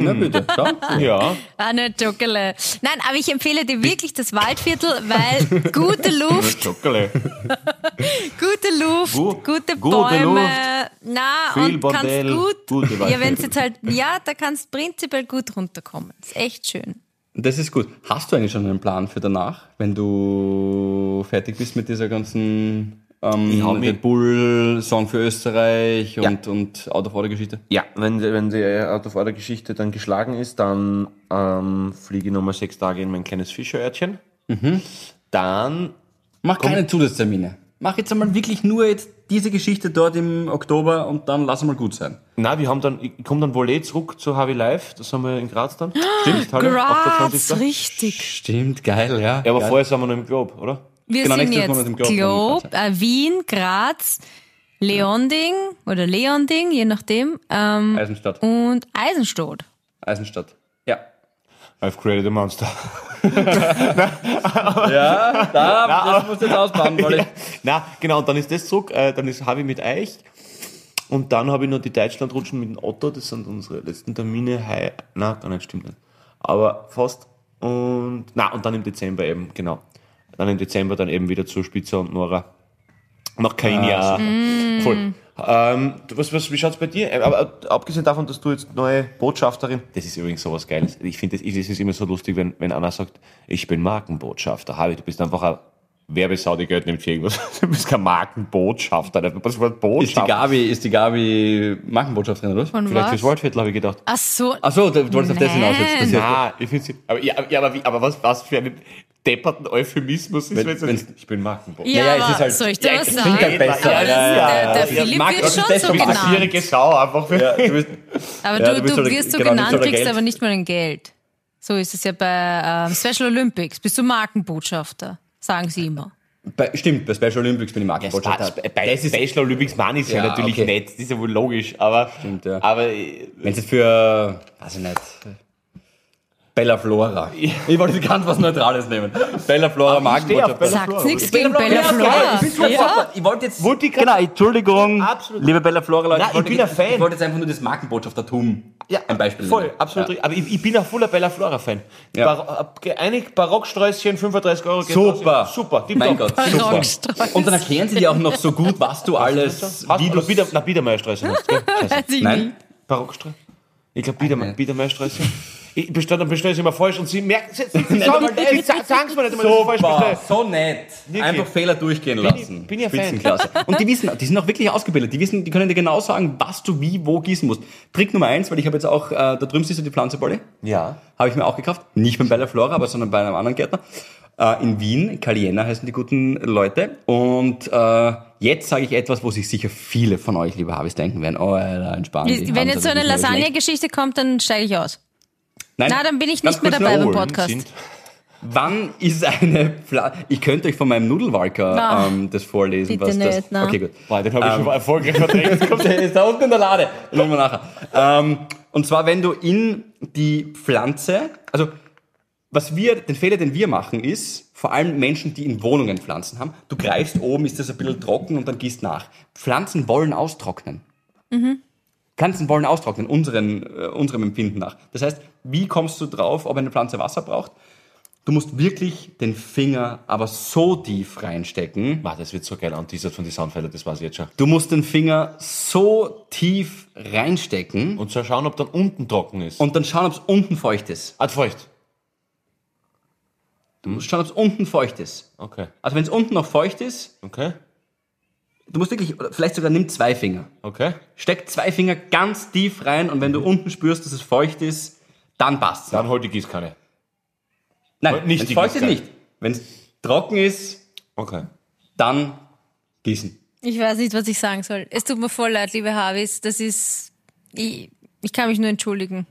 Speaker 3: Na bitte, <laughs> schau.
Speaker 1: Ja.
Speaker 2: Ah, ne, Jokele. Nein, aber ich empfehle dir wirklich das Waldviertel,
Speaker 3: <laughs>
Speaker 2: weil gute Luft,
Speaker 1: Schokolade.
Speaker 2: Gute Luft,
Speaker 1: Gu-
Speaker 2: gute
Speaker 1: gute
Speaker 2: Bäume.
Speaker 1: Luft.
Speaker 2: Na,
Speaker 1: Viel
Speaker 2: und
Speaker 1: Bordell,
Speaker 2: kannst gut.
Speaker 1: gute
Speaker 2: Ja,
Speaker 1: Weite.
Speaker 2: wenn's jetzt halt, ja, da kannst prinzipiell gut runterkommen. Ist echt schön.
Speaker 3: Das ist gut. Hast du eigentlich schon einen Plan für danach, wenn du fertig bist mit dieser ganzen ähm,
Speaker 1: hab mich-
Speaker 3: Red Bull, Song für Österreich und, und Out-of-Order-Geschichte?
Speaker 1: <laughs> Ja, wenn, wenn die Out of Order Geschichte dann geschlagen ist, dann ähm, fliege ich nochmal Mhm. sechs Tage in mein kleines Fischerörtchen. Dann
Speaker 3: Mach keine Zusatztermine. mach jetzt einmal wirklich nur jetzt diese Geschichte dort im Oktober und dann lass mal gut sein.
Speaker 1: Nein, wir haben dann, ich komme dann wohl eh zurück zu Harvey Live, das haben wir in Graz
Speaker 2: <gasps>
Speaker 1: dann. Stimmt, Halle,
Speaker 2: Graz,
Speaker 1: 28..
Speaker 2: richtig.
Speaker 3: Stimmt, geil, ja.
Speaker 1: Ja, aber
Speaker 3: geil.
Speaker 1: vorher sind wir noch im Globe, oder?
Speaker 2: Wir
Speaker 3: Genau,
Speaker 2: sind
Speaker 3: nächstes Monat
Speaker 2: jetzt
Speaker 3: im Globe.
Speaker 2: Globe, äh, Wien, Graz, Leonding oder Leonding, je nachdem, ähm,
Speaker 3: Eisenstadt.
Speaker 2: und Eisenstadt.
Speaker 3: Eisenstadt. Ja.
Speaker 1: I've created a monster.
Speaker 3: Ja, da, das musst du jetzt ausbauen, <laughs> weil ich.
Speaker 1: Na, genau, und dann ist das zurück, äh, dann ist Harvey mit Eich. Und dann habe ich noch die Deutschlandrutschen mit dem Otto, das sind unsere letzten Termine. Hei, na, gar nicht, stimmt nicht. Aber fast. Und, na, und dann im Dezember eben, genau. Dann im Dezember dann eben wieder zu Spitzer und Nora. Nach kein Jahr. Voll. Ähm, du, was, was, wie schaut's bei dir? Äh, Aber äh, abgesehen davon, dass du jetzt neue Botschafterin, das ist übrigens sowas Geiles. Ich finde, das, ist- das ist immer so lustig, wenn, wenn Anna sagt, ich bin Markenbotschafter. Harvey, du bist einfach ein Werbesau, die Geld nimmt für irgendwas. <laughs> Du bist kein Markenbotschafter. Was war
Speaker 3: Ist die
Speaker 1: Botschafter?
Speaker 3: Gabi, ist die Gabi Markenbotschafterin, oder? was?
Speaker 2: Von
Speaker 1: Vielleicht fürs
Speaker 2: was?
Speaker 1: Waldviertel, habe ich gedacht.
Speaker 2: Ach so,
Speaker 3: Achso, du wolltest auf das hinaus jetzt. Das ist ja-
Speaker 1: Na, ich finde sie, aber, ja, aber- ja, aber, wie, aber was, was für einen depperten Euphemismus ist,
Speaker 3: Wenn-
Speaker 1: wenn sie
Speaker 3: wenn-
Speaker 1: sagt, ich bin Markenbotschafter.
Speaker 2: ja,
Speaker 3: ja, es
Speaker 2: aber
Speaker 3: ist halt-
Speaker 2: soll ich dir
Speaker 3: ja,
Speaker 2: was
Speaker 3: es
Speaker 2: sagen?
Speaker 3: klingt halt besser.
Speaker 2: Aber
Speaker 3: Ja,
Speaker 2: das-
Speaker 1: ja,
Speaker 2: der,
Speaker 1: ja.
Speaker 2: der
Speaker 1: Ja,
Speaker 2: Philipp
Speaker 3: Marc,
Speaker 2: wird
Speaker 3: das ist
Speaker 2: schon
Speaker 3: das,
Speaker 2: so genau.
Speaker 3: du
Speaker 1: Du bist eine
Speaker 2: genannt.
Speaker 1: schwierige Sau, einfach.
Speaker 3: Ja, du bist,
Speaker 2: Aber
Speaker 3: Ja,
Speaker 2: du,
Speaker 3: du bist
Speaker 2: du
Speaker 3: so der-
Speaker 2: wirst so
Speaker 3: genau, du bist
Speaker 2: genannt,
Speaker 3: so der
Speaker 2: kriegst
Speaker 3: Geld.
Speaker 2: aber nicht mal ein Geld. So ist es ja bei ähm, Special Olympics. Bist du Markenbotschafter, sagen sie immer.
Speaker 3: bei, stimmt, bei Special Olympics bin ich Markenbotschafter.
Speaker 1: Bei, bei Special Olympics Mann ist ja,
Speaker 3: Ja,
Speaker 1: natürlich
Speaker 3: okay.
Speaker 1: nett, das ist ja wohl logisch, aber,
Speaker 3: Stimmt, ja.
Speaker 1: aber äh,
Speaker 3: Wenn es jetzt für, weiß ich nicht, Bella Flora. Ich wollte ganz was Neutrales nehmen. Bella Flora
Speaker 1: ich stehe auf
Speaker 3: Markenbotschafter.
Speaker 1: Bella
Speaker 2: Sagt
Speaker 1: Flora.
Speaker 2: nichts
Speaker 3: Bella
Speaker 2: gegen Bella
Speaker 3: Flora, ja,
Speaker 2: Flora.
Speaker 3: Ich bin so
Speaker 2: Ja.
Speaker 3: super. Ich wollte jetzt.
Speaker 1: Wollte ich grad-
Speaker 3: genau, Entschuldigung.
Speaker 1: Absolut.
Speaker 3: Liebe Bella Flora, Leute,
Speaker 1: Nein, ich
Speaker 3: wollte-
Speaker 1: bin ein Fan.
Speaker 3: Ich wollte jetzt einfach nur das Markenbotschaftertum ein Beispiel
Speaker 1: Voll,
Speaker 3: nehmen.
Speaker 1: absolut
Speaker 3: Ja.
Speaker 1: richtig. Aber ich, ich bin ein voller Bella Flora-Fan.
Speaker 3: Ja.
Speaker 1: Bar einig Barocksträußchen, 35 Euro. geht
Speaker 3: Super.
Speaker 1: raus. Super, tipptopp.
Speaker 3: Mein Gott, super.
Speaker 2: Rockstreus.
Speaker 3: Und dann erklären sie dir auch noch so gut, was du alles,
Speaker 1: Hast
Speaker 3: wie
Speaker 1: du
Speaker 3: du.
Speaker 1: noch Bieder, nach Biedermeiersträußchen? hast, gell? Scheiße.
Speaker 2: Also ich-
Speaker 3: Nein,
Speaker 1: Barocksträußchen? Ich glaube Biederme Biedermeiersträußchen. Ich bestelle dann bestell ich immer falsch und sie merken es jetzt nicht. Sie sagen sie sagen es mir nicht, immer, dass ich falsch
Speaker 3: Super,
Speaker 1: bestelle.
Speaker 3: so nett.
Speaker 1: Wirklich.
Speaker 3: Einfach Fehler durchgehen
Speaker 1: Bin ich-
Speaker 3: lassen.
Speaker 1: bin ja Fan. <laughs>
Speaker 3: Spitzenklasse. Und die wissen, die sind auch wirklich ausgebildet. Die wissen, die können dir genau sagen, was du wie wo gießen musst. Trick Nummer eins, weil ich habe jetzt auch, äh, da drüben siehst du die Pflanze, Polly?
Speaker 1: Ja.
Speaker 3: Habe ich mir auch gekauft. Nicht beim Bella Flora, aber sondern bei einem anderen Gärtner. Äh, in Wien, Caliena heißen die guten Leute. Und äh, jetzt sage ich etwas, wo sich sicher viele von euch, liebe Harvis, denken werden. Oh, Alter, entspannen. die
Speaker 2: Wenn
Speaker 3: haben's
Speaker 2: jetzt so
Speaker 3: ja
Speaker 2: eine
Speaker 3: nicht mehr schlecht.
Speaker 2: Lasagne-Geschichte kommt, dann steige ich aus.
Speaker 3: Nein,
Speaker 2: Na, dann bin ich
Speaker 3: ganz
Speaker 2: nicht mehr
Speaker 3: kurz
Speaker 2: dabei
Speaker 3: nur-
Speaker 2: beim Podcast.
Speaker 1: Sind.
Speaker 3: Wann ist eine Pflanze... Ich könnte euch von meinem Nudelwalker
Speaker 2: Na.
Speaker 3: ähm, das vorlesen.
Speaker 2: Bitte
Speaker 3: was das,
Speaker 2: nicht, na.
Speaker 3: Okay, gut.
Speaker 1: Boah, den habe ich schon mal erfolgreich <laughs> verdrängt.
Speaker 3: Kommt, der ist da unten in der Lade. Den holen wir nachher. Ähm, und zwar, wenn du in die Pflanze, also was wir, den Fehler, den wir machen, ist, vor allem Menschen, die in Wohnungen Pflanzen haben, du greifst oben, ist das ein bisschen trocken und dann gießt nach. Pflanzen wollen austrocknen. Pflanzen wollen austrocknen, unseren, äh, unserem Empfinden nach. Das heißt, wie kommst du drauf, ob eine Pflanze Wasser braucht? Du musst wirklich den Finger aber so tief reinstecken,
Speaker 1: Mann, Ah, das wird so geil anteasert von den Soundfällen, das weiß ich jetzt schon.
Speaker 3: Du musst den Finger so tief reinstecken
Speaker 1: Und so schauen, ob dann unten trocken ist.
Speaker 3: und dann schauen, ob es unten feucht ist.
Speaker 1: Ah, feucht.
Speaker 3: Du musst schauen, ob es unten feucht ist.
Speaker 1: Okay,
Speaker 3: Also wenn es unten noch feucht ist,
Speaker 1: okay,
Speaker 3: du musst wirklich, oder vielleicht sogar nimm zwei Finger.
Speaker 1: okay.
Speaker 3: Steck zwei Finger ganz tief rein und wenn du unten spürst, dass es feucht ist, Mhm. dann passt
Speaker 1: Dann hol die Gießkanne.
Speaker 3: Nein,
Speaker 1: nicht
Speaker 3: nicht
Speaker 1: die
Speaker 3: feucht ist
Speaker 1: Gießkanne.
Speaker 3: nicht. Wenn es trocken ist,
Speaker 1: Okay.
Speaker 3: dann gießen.
Speaker 2: Ich weiß nicht, was ich sagen soll. Es tut mir voll leid, liebe Harvis. Das ist. Ich, ich kann mich nur entschuldigen.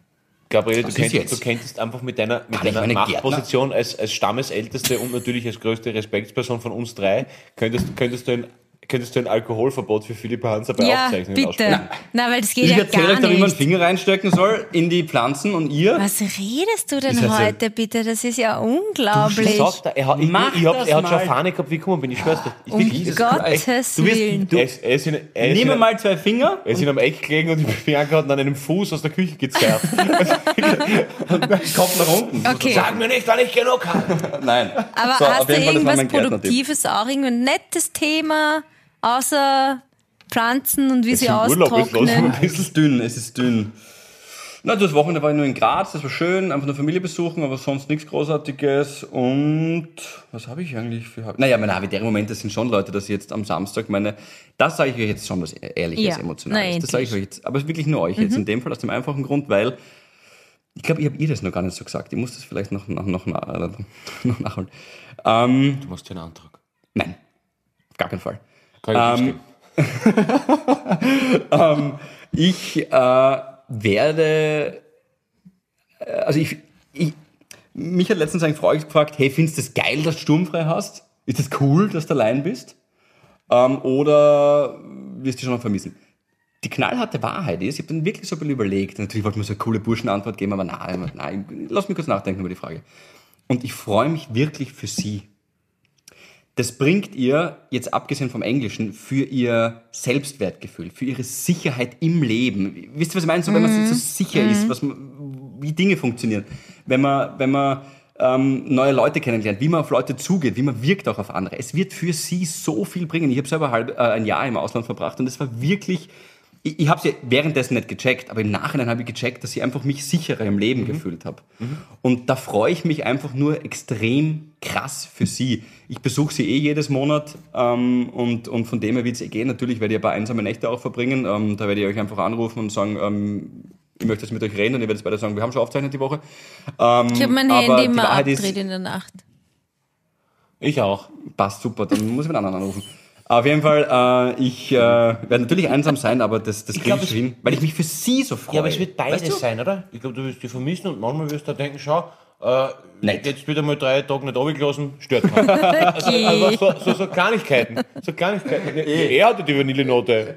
Speaker 1: Gabriele, du
Speaker 3: ist
Speaker 1: könntest,
Speaker 3: jetzt?
Speaker 1: du könntest einfach mit deiner, mit
Speaker 3: Kann ich
Speaker 1: deiner
Speaker 3: meine
Speaker 1: Machtposition als, als Stammesälteste und natürlich als größte Respektsperson von uns drei, könntest, könntest, du, ein, könntest du ein Alkoholverbot für Philipp Hanser bei
Speaker 2: Ja,
Speaker 1: Aufzeichnungen
Speaker 2: bitte.
Speaker 1: aussprechen.
Speaker 2: Na, weil das geht
Speaker 3: Ich
Speaker 2: ja
Speaker 3: erzähle euch
Speaker 2: gar
Speaker 3: dann, wie man den
Speaker 2: nicht.
Speaker 3: Finger reinstecken soll in die Pflanzen
Speaker 2: <laughs>
Speaker 3: und ihr
Speaker 2: Was redest du denn
Speaker 3: Ich erzähl-
Speaker 2: heute bitte? Das ist ja unglaublich.
Speaker 1: Sagt er, er hat, ich,
Speaker 3: Mach
Speaker 1: ich hab,
Speaker 3: das
Speaker 1: er hat schon
Speaker 3: mal.
Speaker 1: eine Fahne gehabt, wie kommen bin ich schwör's dir. Ich
Speaker 2: Um
Speaker 1: wirklich-
Speaker 2: Gottes
Speaker 1: du wirst,
Speaker 2: Willen.
Speaker 1: Du, er, ist- er ist in, er ist in,
Speaker 3: nehme
Speaker 1: einem-
Speaker 3: mal zwei Finger
Speaker 1: er ist in einem Eck gelegen und die Bianca hat ihn an einem Fuß aus der Küche gezerrt.
Speaker 3: Kopf nach unten.
Speaker 2: Okay,
Speaker 1: mir nicht, weil ich genug habe.
Speaker 3: Nein.
Speaker 2: aber
Speaker 3: So, auf
Speaker 2: hast du
Speaker 3: jeden Fall, das war
Speaker 2: irgendwas
Speaker 3: mein Gärtnertipp.
Speaker 2: Produktives auch? Irgendein nettes Thema? Außer Pflanzen und wie sie
Speaker 1: im Urlaub, ist los.
Speaker 2: austrocknen?
Speaker 3: Es ist dünn, es ist dünn. Na, das Wochenende war ich nur in Graz, das war schön, einfach nur Familie besuchen, aber sonst nichts Großartiges. Und was habe ich eigentlich für. Naja, meine Habitäre-Momente sind schon Leute, dass ich jetzt am Samstag meine. Das sage ich euch jetzt schon was Ehrliches,
Speaker 2: Ja,
Speaker 3: Emotionales.
Speaker 2: na,
Speaker 3: das sage ich euch jetzt. Aber wirklich nur euch jetzt in dem Fall, aus dem einfachen Grund, weil. Ich glaube, ich habe ihr das noch gar nicht so gesagt. Ich muss das vielleicht noch, noch, noch, nach- noch nachholen. Ähm,
Speaker 1: Du machst dir einen Antrag.
Speaker 3: nein. Gar keinen Fall.
Speaker 1: Kann ich nicht
Speaker 3: Ich äh, werde, äh, also ich, ich, mich hat letztens ein Freund gefragt, hey, findest du das geil, dass du sturmfrei hast? Ist das cool, dass du allein bist? Ähm, oder wirst du schon noch vermissen? Die knallharte Wahrheit ist, ich habe dann wirklich so ein bisschen überlegt, natürlich wollte ich mir so eine coole Burschenantwort geben, aber nein, nein, lass mich kurz nachdenken über die Frage. Und ich freue mich wirklich für sie. Das bringt ihr, jetzt abgesehen vom Englischen, für ihr Selbstwertgefühl, für ihre Sicherheit im Leben. Wisst ihr, was ich meine? So, wenn man sich so sicher ist, was man, wie Dinge funktionieren. Wenn man, wenn man ähm, neue Leute kennenlernt, wie man auf Leute zugeht, wie man wirkt auch auf andere. Es wird für sie so viel bringen. Ich habe selber halb, äh, ein Jahr im Ausland verbracht und es war wirklich... Ich, ich habe sie währenddessen nicht gecheckt, aber im Nachhinein habe ich gecheckt, dass ich einfach mich sicherer im Leben gefühlt habe. Und da freue ich mich einfach nur extrem krass für sie. Ich besuche sie eh jedes Monat ähm, und, und von dem her wird es eh gehen. Natürlich werde ich ein paar einsame Nächte auch verbringen. Ähm, da werde ich euch einfach anrufen und sagen, ähm, ich möchte jetzt mit euch reden und ihr werdet beide sagen, wir haben schon aufgezeichnet die Woche. Ähm,
Speaker 2: Ich habe mein
Speaker 3: aber
Speaker 2: Handy
Speaker 3: die
Speaker 2: immer
Speaker 3: Wahrheit
Speaker 2: abgedreht
Speaker 3: ist-
Speaker 2: in der Nacht.
Speaker 1: Ich auch.
Speaker 3: Passt super, dann muss ich mit anderen anrufen. Auf jeden Fall, äh, ich äh, werde natürlich einsam sein, aber das, das kriege
Speaker 1: glaub,
Speaker 3: ich
Speaker 1: es-
Speaker 3: schon hin, weil ich mich für sie so freue.
Speaker 1: Ja, aber es wird beides
Speaker 3: Weißt du?
Speaker 1: sein, oder? Ich glaube, du wirst die vermissen und manchmal wirst du da denken, schau, äh,
Speaker 3: Nett.
Speaker 1: jetzt wieder mal drei Tage nicht runtergelassen, stört <laughs> man. also, also so, so, so Kleinigkeiten. So <laughs> Kleinigkeiten. Er hatte die Vanillenote.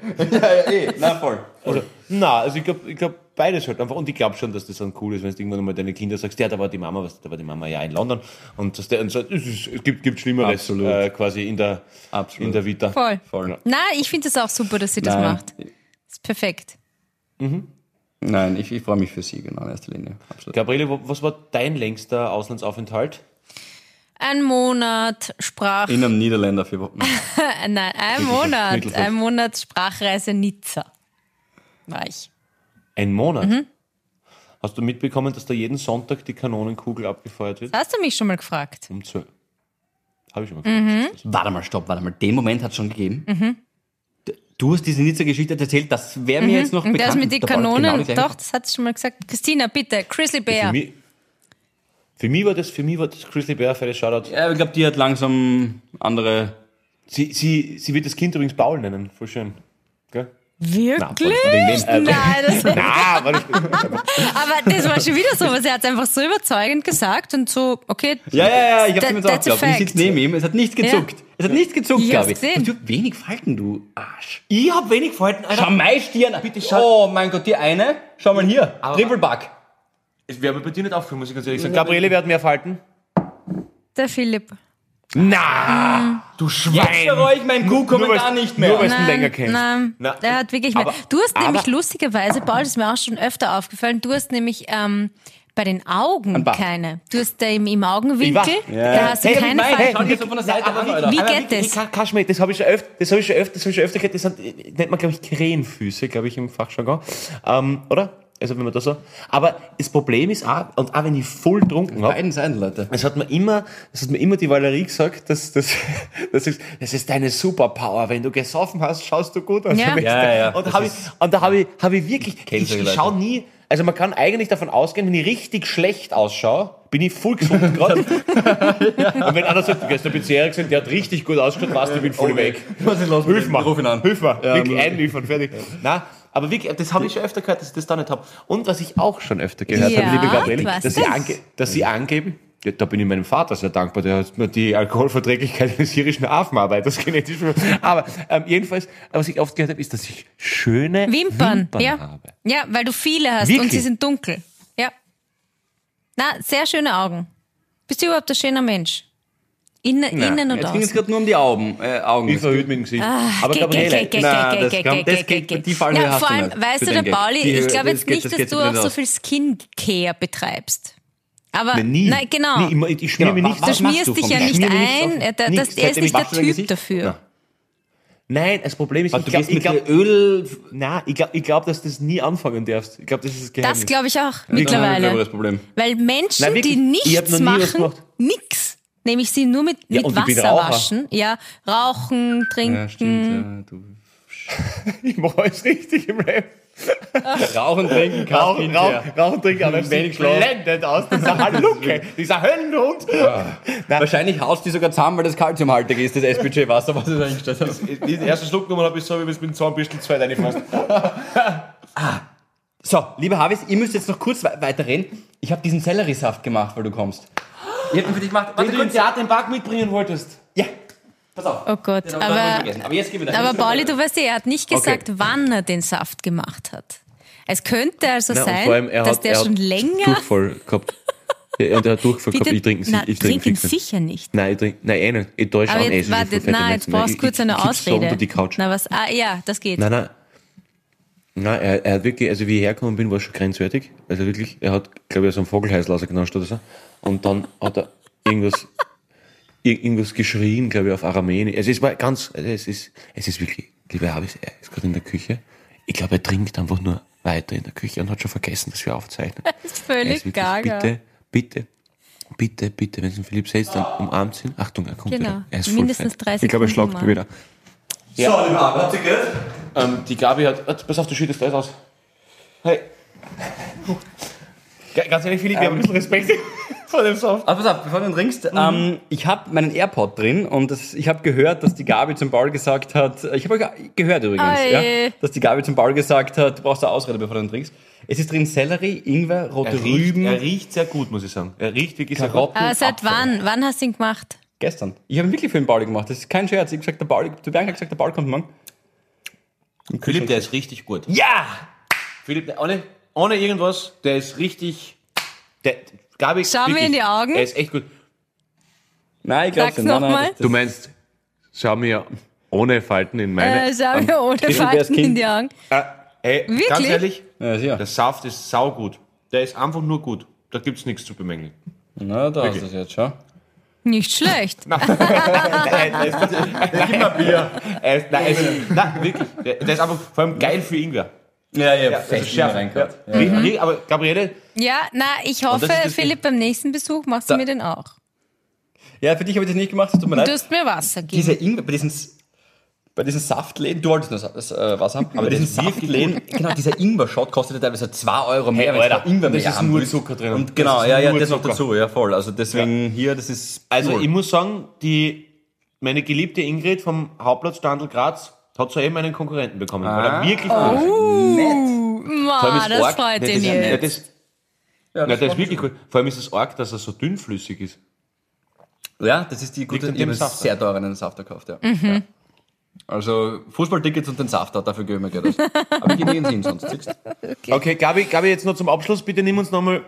Speaker 3: Na voll.
Speaker 1: Oder, na, also ich glaube, ich glaub, beides halt einfach. Und ich glaube schon, dass das dann cool ist, wenn du irgendwann mal deine Kinder sagst, ja, da war die Mama, was, da war die Mama ja in London. Und, das, und so, es, ist, es gibt, gibt Schlimmeres
Speaker 3: Absolut.
Speaker 1: äh, quasi in der,
Speaker 3: Absolut.
Speaker 1: in der Vita.
Speaker 2: Voll.
Speaker 3: Voll.
Speaker 2: Na, ich finde das auch super, dass sie das
Speaker 3: Nein.
Speaker 2: macht. Ist perfekt.
Speaker 3: Nein, ich, ich freue mich für sie, genau, in erster Linie. Absolut.
Speaker 1: Gabriele, wo- was war dein längster Auslandsaufenthalt?
Speaker 2: Ein Monat Sprach.
Speaker 3: In einem Niederländer für Wochen.
Speaker 2: Äh, Nein, ein Monat.
Speaker 1: Mittelfeld.
Speaker 2: Ein Monat Sprachreise Nizza. War ich.
Speaker 1: Ein Monat.
Speaker 2: Mhm.
Speaker 1: Hast du mitbekommen, dass da jeden Sonntag die Kanonenkugel abgefeuert wird?
Speaker 2: Hast du mich schon mal gefragt?
Speaker 1: Um 12. Habe ich schon mal
Speaker 2: Mhm.
Speaker 1: gefragt.
Speaker 3: warte mal, stopp, warte mal. Den Moment hat es schon gegeben. D- Du hast diese Nizza-Geschichte erzählt, das wäre mir jetzt noch
Speaker 2: Mhm. Und
Speaker 3: bekannt.
Speaker 2: das mit den
Speaker 3: Da war genau die
Speaker 2: Kanonen,
Speaker 3: gleiche-
Speaker 2: doch, das hat sie schon mal gesagt. Christina, bitte, Grizzly
Speaker 1: Für,
Speaker 2: Bear.
Speaker 1: mich, für mich war das, für mich war das Grizzly Bear, fettes Shoutout.
Speaker 3: Ja, ich glaube, die hat langsam andere...
Speaker 1: Sie, sie, sie wird das Kind übrigens Paul nennen, voll schön. Gell?
Speaker 2: Wirklich?
Speaker 1: Nein,
Speaker 2: Nein, das,
Speaker 1: äh, Na, war nicht,
Speaker 2: <laughs> aber das war schon wieder so, weil sie hat es einfach so überzeugend gesagt und so, okay,
Speaker 3: Ja, ja, ja, ich habe
Speaker 2: That-
Speaker 3: ihm jetzt auch
Speaker 2: that's a
Speaker 3: geglaubt. Ich sitze
Speaker 2: fact.
Speaker 3: neben ihm, es hat nicht gezuckt. Es hat nicht gezuckt,
Speaker 2: Ich hab's
Speaker 3: Gabi.
Speaker 2: gesehen.
Speaker 3: Du wenig Falten, du Arsch.
Speaker 1: ich hab wenig Falten, Alter.
Speaker 3: Schau meine Stirn an.
Speaker 1: Bitte schau-
Speaker 3: Oh mein Gott, die eine. Schau mal hier. Triple Bug.
Speaker 1: Es wäre mir bei dir nicht aufgefallen, muss ich ganz ehrlich sagen. Gabriele, wer hat mehr Falten?
Speaker 2: der Philipp.
Speaker 1: Na, du Schwein.
Speaker 3: Jetzt bereue ich meinen Kuhkommentar nicht mehr.
Speaker 1: Nur weil du ihn länger kennst.
Speaker 2: Nein,
Speaker 1: Na,
Speaker 2: der hat wirklich mehr.
Speaker 1: aber-
Speaker 2: Du hast
Speaker 1: aber-
Speaker 2: nämlich lustigerweise, Paul, das ist mir auch schon öfter aufgefallen, du hast nämlich ähm, bei den Augen
Speaker 3: Bart.
Speaker 2: keine. Du hast da im, im Augenwinkel,
Speaker 1: Ich
Speaker 2: da hast du
Speaker 1: Hey,
Speaker 2: keine
Speaker 1: nein,
Speaker 2: Falten.
Speaker 1: hey,
Speaker 3: dir so von der Seite an, Alter.
Speaker 2: Wie
Speaker 1: Aber
Speaker 2: geht
Speaker 1: wirklich,
Speaker 2: das?
Speaker 1: Ka- Kaschmir, das habe ich schon öfter, das habe ich schon öfter, das habe ich schon öfter gehört. Das sind, äh, nennt man, glaube ich, Krähenfüße, glaube ich, im Fachjargon. Ähm, oder? Also, wenn man das so. Aber das Problem ist auch, und auch wenn ich voll getrunken habe,
Speaker 3: Beiden Seiten, Leute.
Speaker 1: es hat mir immer, es hat mir immer die Valerie gesagt, dass, dass, <laughs> dass ich, das ist deine Superpower. Wenn du gesoffen hast, schaust du gut aus.
Speaker 2: Ja.
Speaker 3: Ja, ja,
Speaker 1: Und,
Speaker 3: das
Speaker 1: hab ich, und da habe ich, hab ich wirklich,
Speaker 3: kenn
Speaker 1: ich,
Speaker 3: solche
Speaker 1: ich
Speaker 3: Leute.
Speaker 1: schaue nie, also man kann eigentlich davon ausgehen, wenn ich richtig schlecht ausschaue, bin ich voll gesund gerade.
Speaker 3: <laughs>
Speaker 1: Und wenn einer sagt, du gehst bisherig sind, der hat richtig gut ausgeschaut, was, ich bin voll weg.
Speaker 3: Was ist los?
Speaker 1: Hilf mir.
Speaker 3: Ruf ihn an.
Speaker 1: Hilf mir.
Speaker 3: Ja,
Speaker 1: wirklich
Speaker 3: aber-
Speaker 1: einliefern, fertig. Na, aber wirklich, das habe ich schon öfter gehört, dass ich das da nicht habe. Und was ich auch schon öfter gehört
Speaker 2: Ja,
Speaker 1: habe, liebe Gabriele,
Speaker 2: was
Speaker 1: dass sie,
Speaker 2: denn?
Speaker 1: ange dass sie angeben, ja, da bin ich meinem Vater sehr dankbar, der hat mir die Alkoholverträglichkeit <laughs> eines irischen Affenarbeiters genetisch. Aber ähm, jedenfalls, was ich oft gehört habe, ist, dass ich schöne
Speaker 2: Wimpern,
Speaker 1: Wimpern,
Speaker 2: ja.
Speaker 1: habe.
Speaker 2: ja, weil du viele hast und
Speaker 1: Wirklich?
Speaker 2: sie sind dunkel. Ja. Na, sehr schöne Augen. Bist du überhaupt ein schöner Mensch? Innen, innen und
Speaker 3: Jetzt ging es
Speaker 2: außen.
Speaker 3: gerade nur um die Augen. Äh, Augen.
Speaker 1: Ich verhüte mit dem Gesicht. aber
Speaker 2: Ge- ge- ge-
Speaker 1: Gabriele,
Speaker 2: ge-
Speaker 3: na,
Speaker 2: ge-
Speaker 3: das
Speaker 2: ge- ge-
Speaker 3: kann- das geht-
Speaker 2: ge- ge-
Speaker 3: die Fallhöhe
Speaker 2: Na,
Speaker 3: hast
Speaker 2: vor
Speaker 3: du
Speaker 2: allem,
Speaker 3: nicht
Speaker 2: weißt
Speaker 3: für
Speaker 2: du, der
Speaker 3: den Gag.
Speaker 2: Pauli,
Speaker 3: Die-
Speaker 2: ich glaube
Speaker 3: das
Speaker 2: jetzt
Speaker 3: geht-
Speaker 2: nicht,
Speaker 3: das
Speaker 2: dass
Speaker 3: geht
Speaker 2: du
Speaker 3: sich
Speaker 2: auch
Speaker 3: nicht
Speaker 2: so
Speaker 3: aus.
Speaker 2: viel Skincare betreibst. Aber,
Speaker 1: Nein, <laughs> nie.
Speaker 2: nein, genau.
Speaker 1: Nie, immer, ich schmier
Speaker 3: Genau,
Speaker 1: mir
Speaker 3: wa-
Speaker 1: nichts
Speaker 3: wa-
Speaker 2: Du
Speaker 1: auf.
Speaker 3: machst
Speaker 2: schmierst
Speaker 3: du
Speaker 2: dich
Speaker 3: vom
Speaker 2: ja
Speaker 3: Tag?
Speaker 2: nicht
Speaker 1: Schmier mir nichts
Speaker 2: ein,
Speaker 1: auf.
Speaker 2: äh, da-
Speaker 1: Nix.
Speaker 2: das,
Speaker 1: Seitdem
Speaker 2: er ist
Speaker 1: ich
Speaker 2: nicht der
Speaker 1: waschen dein
Speaker 2: Typ
Speaker 1: Gesicht.
Speaker 2: dafür.
Speaker 1: Nein. Nein, das Problem ist,
Speaker 3: Was,
Speaker 1: ich glaube, ich
Speaker 3: mit
Speaker 1: glaube,
Speaker 3: dir Öl... äh,
Speaker 1: Nein, ich glaube, ich glaub, dass du das nie anfangen darfst. Ich glaube, das ist das Geheimnis. <laughs>
Speaker 2: Das glaube ich auch
Speaker 3: Das ist aber
Speaker 2: mittlerweile.
Speaker 3: das Problem.
Speaker 2: Weil Menschen,
Speaker 1: Nein, wirklich,
Speaker 2: die
Speaker 1: ich hab noch
Speaker 2: nichts
Speaker 1: nie was
Speaker 2: machen,
Speaker 1: gemacht.
Speaker 2: nix. Nämlich sie nur mit,
Speaker 1: Ja,
Speaker 2: mit
Speaker 1: und ich bin
Speaker 2: Wasser
Speaker 1: Raucher.
Speaker 2: waschen. Ja, rauchen, trinken.
Speaker 3: Ja, stimmt. Ja, du.
Speaker 1: ich mache alles richtig im Leben.
Speaker 3: Rauchen, trinken,
Speaker 1: Rauchen,
Speaker 3: Kaffee,
Speaker 1: rauchen, rauchen, trinken, aber es
Speaker 3: Wenig
Speaker 1: sieht blendend aus. Dieser <laughs> Halucke, dieser Höllenhund. <laughs> Nein,
Speaker 3: Wahrscheinlich haust die sogar zusammen, weil das kalziumhaltig ist, das SPJ-Wasser, was ich eingestellt habe.
Speaker 1: diesen ersten Schluck genommen habe ich so, wie wenn es mit dem Zahnbürstel zwei reinfasst.
Speaker 3: <laughs> So, lieber Havis, ihr müsst jetzt noch kurz we- weiterreden. Ich habe diesen Selleriesaft gemacht, weil du kommst. Ich hab ihn für dich gemacht.
Speaker 1: Wenn du im Theater den Park mitbringen wolltest.
Speaker 3: Ja, pass auf.
Speaker 2: Oh Gott,
Speaker 3: Das hab ich
Speaker 2: aber,
Speaker 3: vergessen. aber jetzt gib mir
Speaker 1: <laughs>
Speaker 3: das.
Speaker 2: aber Pauli, du weißt ja, er hat nicht gesagt, wann er den Saft gemacht hat. Es könnte also sein, dass der schon länger...
Speaker 1: Durchfall gehabt. Ja, und er hat Durchfall
Speaker 2: Bitte,
Speaker 1: gehabt. Ich trinke ihn,
Speaker 2: na,
Speaker 1: ich
Speaker 2: trink
Speaker 1: trinke
Speaker 2: ihn
Speaker 1: fix nicht.
Speaker 2: sicher nicht.
Speaker 1: Nein, ich trinke, nein, eh nicht. Ich täusche
Speaker 2: Aber
Speaker 1: an, eh,
Speaker 2: jetzt,
Speaker 1: schon so
Speaker 2: warte,
Speaker 1: fette
Speaker 2: nein,
Speaker 1: Menschen.
Speaker 2: jetzt brauchst
Speaker 1: Ich-
Speaker 2: du kurz
Speaker 1: ich-
Speaker 2: eine
Speaker 1: ich kipp's so
Speaker 2: Ausrede.
Speaker 1: unter die Couch.
Speaker 2: Na was, ah, ja, das geht.
Speaker 1: Nein, nein. Nein, er, er hat wirklich, also wie ich hergekommen bin, war schon grenzwertig. Also wirklich, er hat, glaube ich, so einen Vogelheißel rausgenascht oder so. Und dann hat er irgendwas, ir- irgendwas geschrien, glaube ich, auf Aramäisch. Also es war ganz, also es ist, es ist wirklich, lieber Habis, er ist gerade in der Küche. Ich glaube, er trinkt einfach nur weiter in der Küche und hat schon vergessen, dass wir aufzeichnen.
Speaker 2: Das ist
Speaker 1: Er
Speaker 2: völlig
Speaker 1: ist wirklich,
Speaker 2: gaga.
Speaker 1: Bitte, bitte, bitte, bitte, wenn es ein Philipp selbst dann umarmt sind. Achtung, er kommt
Speaker 2: Genau.
Speaker 1: wieder. Er ist voll
Speaker 2: Mindestens
Speaker 1: fett.
Speaker 2: drei
Speaker 1: Ich glaube, er
Speaker 2: Sekunden
Speaker 1: schlagt
Speaker 2: mal.
Speaker 1: mir wieder. Ähm, die Gabi hat. Oh, pass auf, du schüttest alles aus. Hey. Ähm. Ga- Ganz ehrlich, Philipp, wir haben ein bisschen Respekt <laughs> vor dem Soft.
Speaker 3: Also pass auf, bevor du ihn
Speaker 2: Mhm.
Speaker 3: trinkst, ähm, ich habe meinen AirPod drin und das, ich habe gehört, dass die Gabi zum Paul gesagt hat, ich habe gehört übrigens,
Speaker 2: Ei.
Speaker 3: ja, dass die Gabi zum Paul gesagt hat, du brauchst eine Ausrede, bevor du ihn trinkst. Es ist drin Sellerie, Ingwer, rote Rüben,
Speaker 1: riecht sehr gut, muss ich sagen. Er riecht wirklich
Speaker 3: Karotten.
Speaker 2: Aber Ah, seit
Speaker 3: Apfel.
Speaker 2: wann? Wann hast du ihn gemacht?
Speaker 3: Gestern. Ich habe ihn wirklich für den Pauli gemacht, das ist kein Scherz. Ich habe gesagt, der Pauli, du Bianca hat gesagt, der Paul kommt morgen.
Speaker 1: gut. Philipp, der ist richtig gut.
Speaker 3: Ja!
Speaker 1: Philipp, der- ohne, ohne irgendwas, der ist richtig. Der, Gabi,
Speaker 2: Schau mir
Speaker 1: wirklich,
Speaker 2: in die Augen.
Speaker 1: Er ist echt gut.
Speaker 3: Nein, ich
Speaker 2: Sag's
Speaker 3: glaube
Speaker 2: nochmal.
Speaker 1: Du meinst, schau mir ohne Falten in meine.
Speaker 2: Äh, schau mir ohne
Speaker 3: Heidelbergs
Speaker 2: Fakten in
Speaker 3: Kind.
Speaker 2: die Augen.
Speaker 1: Ey, ganz
Speaker 2: Wirklich?
Speaker 1: ehrlich,
Speaker 3: Ja, sicher.
Speaker 1: der Saft ist saugut. Der ist einfach nur gut. Da gibt es nichts zu <laughs> bemängeln.
Speaker 3: Na, da hast du es jetzt, schau.
Speaker 2: Nicht schlecht.
Speaker 1: Gib mal Bier. Er ist, nein, er ist, nein, wirklich. Der, der ist einfach vor allem geil für Ingwer.
Speaker 3: Ja, ja,
Speaker 1: Also schärfer. Ja. Rie- rie- Aber Gabriele,
Speaker 2: Ja, na, ich hoffe,
Speaker 1: das ist das
Speaker 2: Philipp, beim nächsten Besuch machst du
Speaker 3: Da-
Speaker 2: mir den auch.
Speaker 3: Ja, für dich habe ich das nicht gemacht, es tut mir leid.
Speaker 2: Du hast mir Wasser gegeben.
Speaker 3: diese Ingwer, bei diesen, S- bei diesen Saftläden, du wolltest nur Sa- das, äh, was haben, aber bei diesen
Speaker 1: das ist wirklich
Speaker 3: Saftläden, genau, dieser Ingwer-Shot kostet ja teilweise 2 Euro mehr, wenn du
Speaker 1: Alter,
Speaker 3: da Ingwer
Speaker 1: das
Speaker 3: mehr
Speaker 1: ist
Speaker 3: haben
Speaker 1: nur
Speaker 3: willst.
Speaker 1: Zucker drin.
Speaker 3: Und
Speaker 1: Das
Speaker 3: genau,
Speaker 1: ist
Speaker 3: ja, ja,
Speaker 1: nur
Speaker 3: das noch
Speaker 1: Zucker.
Speaker 3: dazu, ja, voll. Also deswegen hier, das ist
Speaker 1: also
Speaker 3: pur.
Speaker 1: ich muss sagen, die, meine geliebte Ingrid vom Hauptplatz Standel Graz hat soeben einen Konkurrenten bekommen. Weil er wirklich gut ist. Vor allem
Speaker 2: Ma,
Speaker 1: ist
Speaker 2: das
Speaker 1: arg-
Speaker 2: freut
Speaker 1: Nein, das
Speaker 2: ihn
Speaker 1: ist- nein,
Speaker 2: jetzt.
Speaker 1: das-
Speaker 3: ja,
Speaker 1: nein,
Speaker 3: das,
Speaker 1: das ist wirklich cool. Vor allem ist es arg, dass er so dünnflüssig ist.
Speaker 3: ja, das ist die gute,
Speaker 1: an
Speaker 3: ich habe
Speaker 1: dem Saft.
Speaker 3: sehr teuer einen Saft gekauft, ja.
Speaker 2: Mhm.
Speaker 3: ja. Also Fußballtickets und den Saft, dafür gebe ich mir Geld aus. Aber ich gehe nirgends hin sonst, siehst
Speaker 1: <laughs>
Speaker 3: du?
Speaker 1: Okay, Gabi, Gabi, jetzt noch zum Abschluss. Bitte nimm uns nochmal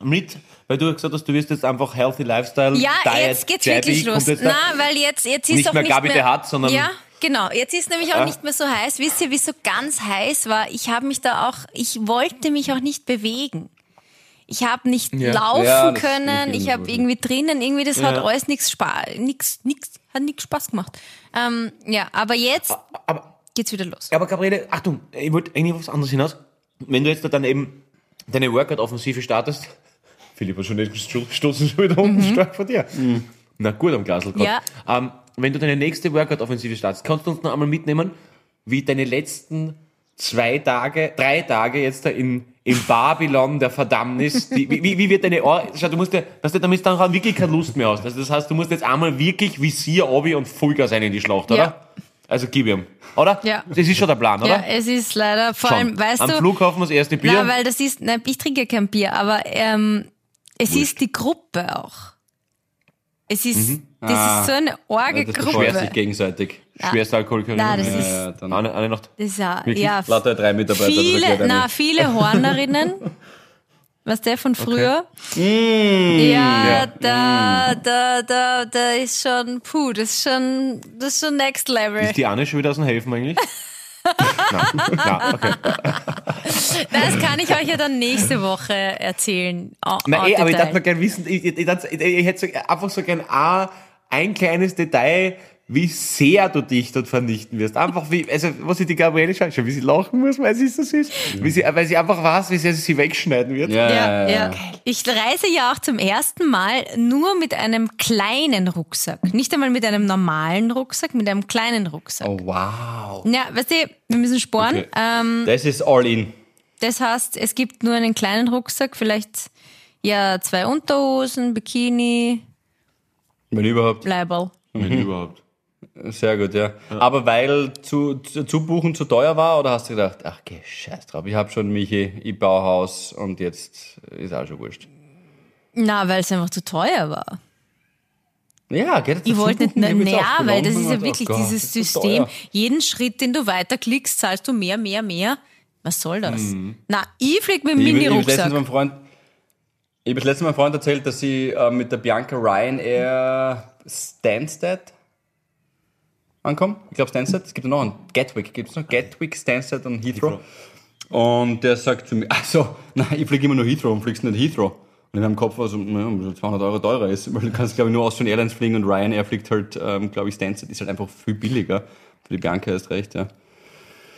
Speaker 1: mit, weil du gesagt hast, du wirst jetzt einfach Healthy Lifestyle,
Speaker 2: Ja,
Speaker 1: Diet,
Speaker 2: jetzt geht's
Speaker 1: Jabby,
Speaker 2: wirklich los.
Speaker 1: komplett-
Speaker 2: Na, weil jetzt, jetzt ist
Speaker 1: Nicht
Speaker 2: auch
Speaker 1: mehr
Speaker 2: nicht
Speaker 1: Gabi
Speaker 2: mehr,
Speaker 1: der Hart, sondern- Ah.
Speaker 2: Ja, genau. Jetzt ist nämlich auch nicht mehr so heiß. Wisst ihr, wie es so ganz heiß war? Ich habe mich da auch, ich wollte mich auch nicht bewegen. Ich habe nicht laufen
Speaker 3: Ja, das
Speaker 2: können.
Speaker 3: ist
Speaker 2: Ich habe
Speaker 3: irgendwie
Speaker 2: irgendwie drinnen, irgendwie das hat
Speaker 1: Ja.
Speaker 2: alles nichts Spaß, nix, nix, hat nichts Spaß gemacht. Ähm, ja, aber jetzt
Speaker 1: aber-
Speaker 2: geht's wieder los.
Speaker 1: Aber Gabriele, Achtung, ich wollte eigentlich auf was anderes hinaus. Wenn du jetzt da dann eben deine Workout-Offensive startest, <laughs> Philipp hat schon den Sto- Stoßen schon wieder unten stark von dir. Na gut, am Glasl grad.
Speaker 2: Mhm. Ja.
Speaker 1: Ähm, wenn du deine nächste Workout-Offensive startest, kannst du uns noch einmal mitnehmen, wie deine letzten zwei Tage, drei Tage jetzt da in, im Babylon der Verdammnis, die, wie, wie, wie wird deine Ohr, schau, du musst ja, weißt du, damit dann wirklich keine Lust mehr hast. Also das heißt, du musst jetzt einmal wirklich Visier, Obi und Vollgas rein in die Schlacht, oder?
Speaker 2: Ja.
Speaker 1: Also gib ihm, oder?
Speaker 2: Ja.
Speaker 1: Das ist schon der Plan, oder?
Speaker 2: Ja, es ist leider vor
Speaker 1: Schon.
Speaker 2: allem, weißt
Speaker 1: Am
Speaker 2: du,
Speaker 1: Flughafen das erste Bier.
Speaker 2: Nein, weil das ist, nein, ich trinke kein Bier, aber ähm, es ist die Gruppe auch. Es ist, das ist so eine orge
Speaker 3: Das beschwert sich
Speaker 2: Gruppe.
Speaker 3: gegenseitig.
Speaker 1: Schwerste Alkoholiker.
Speaker 2: Nein, das ist,
Speaker 1: Äh,
Speaker 3: Ja, dann
Speaker 1: eine, eine Nacht.
Speaker 2: das ist ja,
Speaker 1: Wirklich?
Speaker 2: ja
Speaker 3: lauter drei Mitarbeiter. das erklärt
Speaker 2: viele,
Speaker 3: einiges.
Speaker 2: na, viele Hornerinnen. Was der von früher?
Speaker 1: Hm.
Speaker 2: Ja, da, da, da, da ist schon, puh, das ist schon, das ist schon next level.
Speaker 1: Ist die Anne schon wieder aus dem Helfen
Speaker 2: <laughs>
Speaker 1: eigentlich? Nein, nein,
Speaker 2: Oh,
Speaker 1: okay.
Speaker 2: Das kann ich euch ja dann nächste Woche erzählen. Au-
Speaker 1: Nein,
Speaker 2: au
Speaker 1: ey, eh, aber ich
Speaker 2: Detail.
Speaker 1: dachte mal gern wissen, ich, ich, ich, dachte, ich, ich hätte so, einfach so gern auch ein kleines Detail wie sehr du dich dort vernichten wirst. Einfach wie, also, was ich die Gabriele schaut, schon, wie sie lachen muss, weil sie so süß, wie sie, weil sie einfach weiß, wie sehr sie sie wegschneiden wird. <laughs>
Speaker 3: Ja,
Speaker 2: Ja, ja.
Speaker 3: ja,
Speaker 2: Ich reise ja auch zum ersten Mal nur mit einem kleinen Rucksack. Nicht einmal mit einem normalen Rucksack, mit einem kleinen Rucksack.
Speaker 3: Oh, wow.
Speaker 2: Ja, weißt du, wir müssen sparen.
Speaker 3: Okay.
Speaker 2: Ähm,
Speaker 3: Das ist all in.
Speaker 2: das heißt, es gibt nur einen kleinen Rucksack, vielleicht ja zwei Unterhosen, Bikini,
Speaker 3: Wenn überhaupt.
Speaker 2: Leiberl.
Speaker 1: Wenn überhaupt.
Speaker 3: Sehr gut, ja. Aber weil zu, zu, zu buchen zu teuer war oder hast du gedacht, ach geh scheiß drauf, ich habe schon Michi, ich baue Haus und jetzt ist auch schon wurscht.
Speaker 2: Na, weil es einfach zu teuer war.
Speaker 3: Ja, geht
Speaker 2: Ich wollte
Speaker 3: <laughs>
Speaker 2: nicht, naja, weil das ist ja wirklich dieses System. Jeden Schritt, den du weiterklickst, zahlst du mehr, mehr, mehr. Was soll das? Na, ich flieg mit dem
Speaker 3: Mhm. Ich habe letztens
Speaker 2: Mini-Rucksack.
Speaker 3: meinem Freund, ich hab das letzte Mal meinem Freund erzählt, dass ich äh, mit der Bianca Ryanair Stansted ankomme. Ich glaube Stansted, es gibt noch einen Gatwick, gibt es noch Gatwick, Stansted und Heathrow. Und der sagt zu mir, <laughs> also, nein, ich fliege immer nur Heathrow und fliegst nicht Heathrow. Und in meinem Kopf war so, naja, 200 Euro teurer ist, <laughs> weil du kannst, glaube ich, nur Austrian Airlines fliegen und Ryanair fliegt halt, ähm, glaube ich, Stansted, ist halt einfach viel billiger. Für die Bianca ist recht, ja.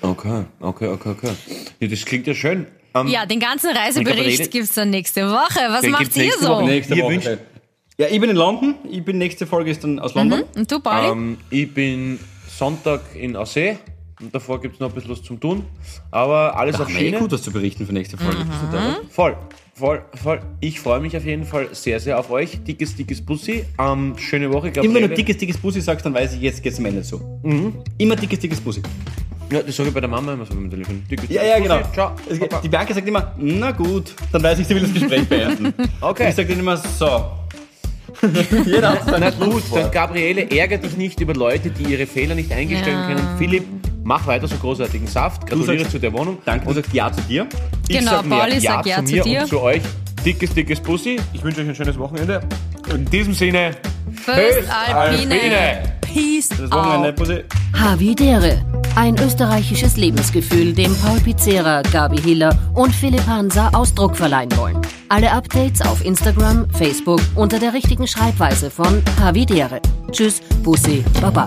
Speaker 1: Okay, okay, okay, okay. Ja, das klingt ja schön. Ähm,
Speaker 2: Ja, den ganzen
Speaker 1: Ich
Speaker 2: Reisebericht
Speaker 1: glaub,
Speaker 2: gibt's dann nächste Woche. Was
Speaker 1: Den
Speaker 2: macht
Speaker 1: gibt's
Speaker 2: ihr
Speaker 1: nächste
Speaker 2: so?
Speaker 1: Woche. Nee.
Speaker 3: Nächste
Speaker 1: Oh. Ihr
Speaker 3: Woche.
Speaker 1: wünscht-
Speaker 3: Ja, ich bin in London. Ich bin nächste Folge ist dann aus
Speaker 1: Mhm.
Speaker 3: London.
Speaker 2: Und du, Pauli?
Speaker 1: Ähm, ich bin Sonntag in Aussee und davor gibt es noch ein bisschen was zum Tun. Aber alles auf
Speaker 3: Ach, nee,
Speaker 1: Schiene.
Speaker 3: gut, dass du berichten für nächste Folge. Mhm.
Speaker 1: Voll, voll, voll. Ich freue mich auf jeden Fall sehr, sehr auf euch. Dickes, dickes Bussi. Ähm, schöne Woche,
Speaker 3: Immer
Speaker 1: Gabriele.
Speaker 3: wenn du dickes, dickes Pussy sagst, dann weiß ich, jetzt geht's am Ende so. Immer dickes, dickes Pussy.
Speaker 1: Ja, das sage ich bei der Mama immer so beim Telefon. Dickes,
Speaker 3: Ja,
Speaker 1: dickes
Speaker 3: ja,
Speaker 1: Bussi.
Speaker 3: genau. Es
Speaker 1: Ciao.
Speaker 3: geht- Die
Speaker 1: Papa.
Speaker 3: Bianca sagt immer, na gut, dann weiß ich, sie will das Gespräch <laughs> beenden.
Speaker 1: Okay.
Speaker 3: Ich sag dann immer, so. <laughs> Jeder hat seinen
Speaker 1: Na gut, dann
Speaker 3: Schlusswort.
Speaker 1: Gabriele, ärgere dich nicht über Leute, die ihre Fehler nicht eingestellen
Speaker 2: Ja.
Speaker 1: können. Philipp, mach weiter so großartigen Saft. Gratuliere
Speaker 3: sagst-
Speaker 1: zu der Wohnung.
Speaker 3: Danke, du sagst Ja zu dir.
Speaker 1: Ich
Speaker 2: Genau,
Speaker 1: sag mehr
Speaker 2: Pauli
Speaker 1: ja
Speaker 2: sagt Ja
Speaker 1: zu
Speaker 2: zu
Speaker 1: mir
Speaker 2: dir.
Speaker 1: und zu euch. Dickes, dickes Bussi. Ich wünsche euch ein schönes Wochenende. In diesem Sinne,
Speaker 2: First Alpine.
Speaker 1: Alpine.
Speaker 2: Peace
Speaker 3: Das Wochenende,
Speaker 2: out.
Speaker 3: Pussy.
Speaker 5: Havidere. Ein österreichisches Lebensgefühl, dem Paul Pizzera, Gabi Hiller und Philipp Hansa Ausdruck verleihen wollen. Alle Updates auf Instagram, Facebook unter der richtigen Schreibweise von Havidere. Tschüss, Bussi, Baba.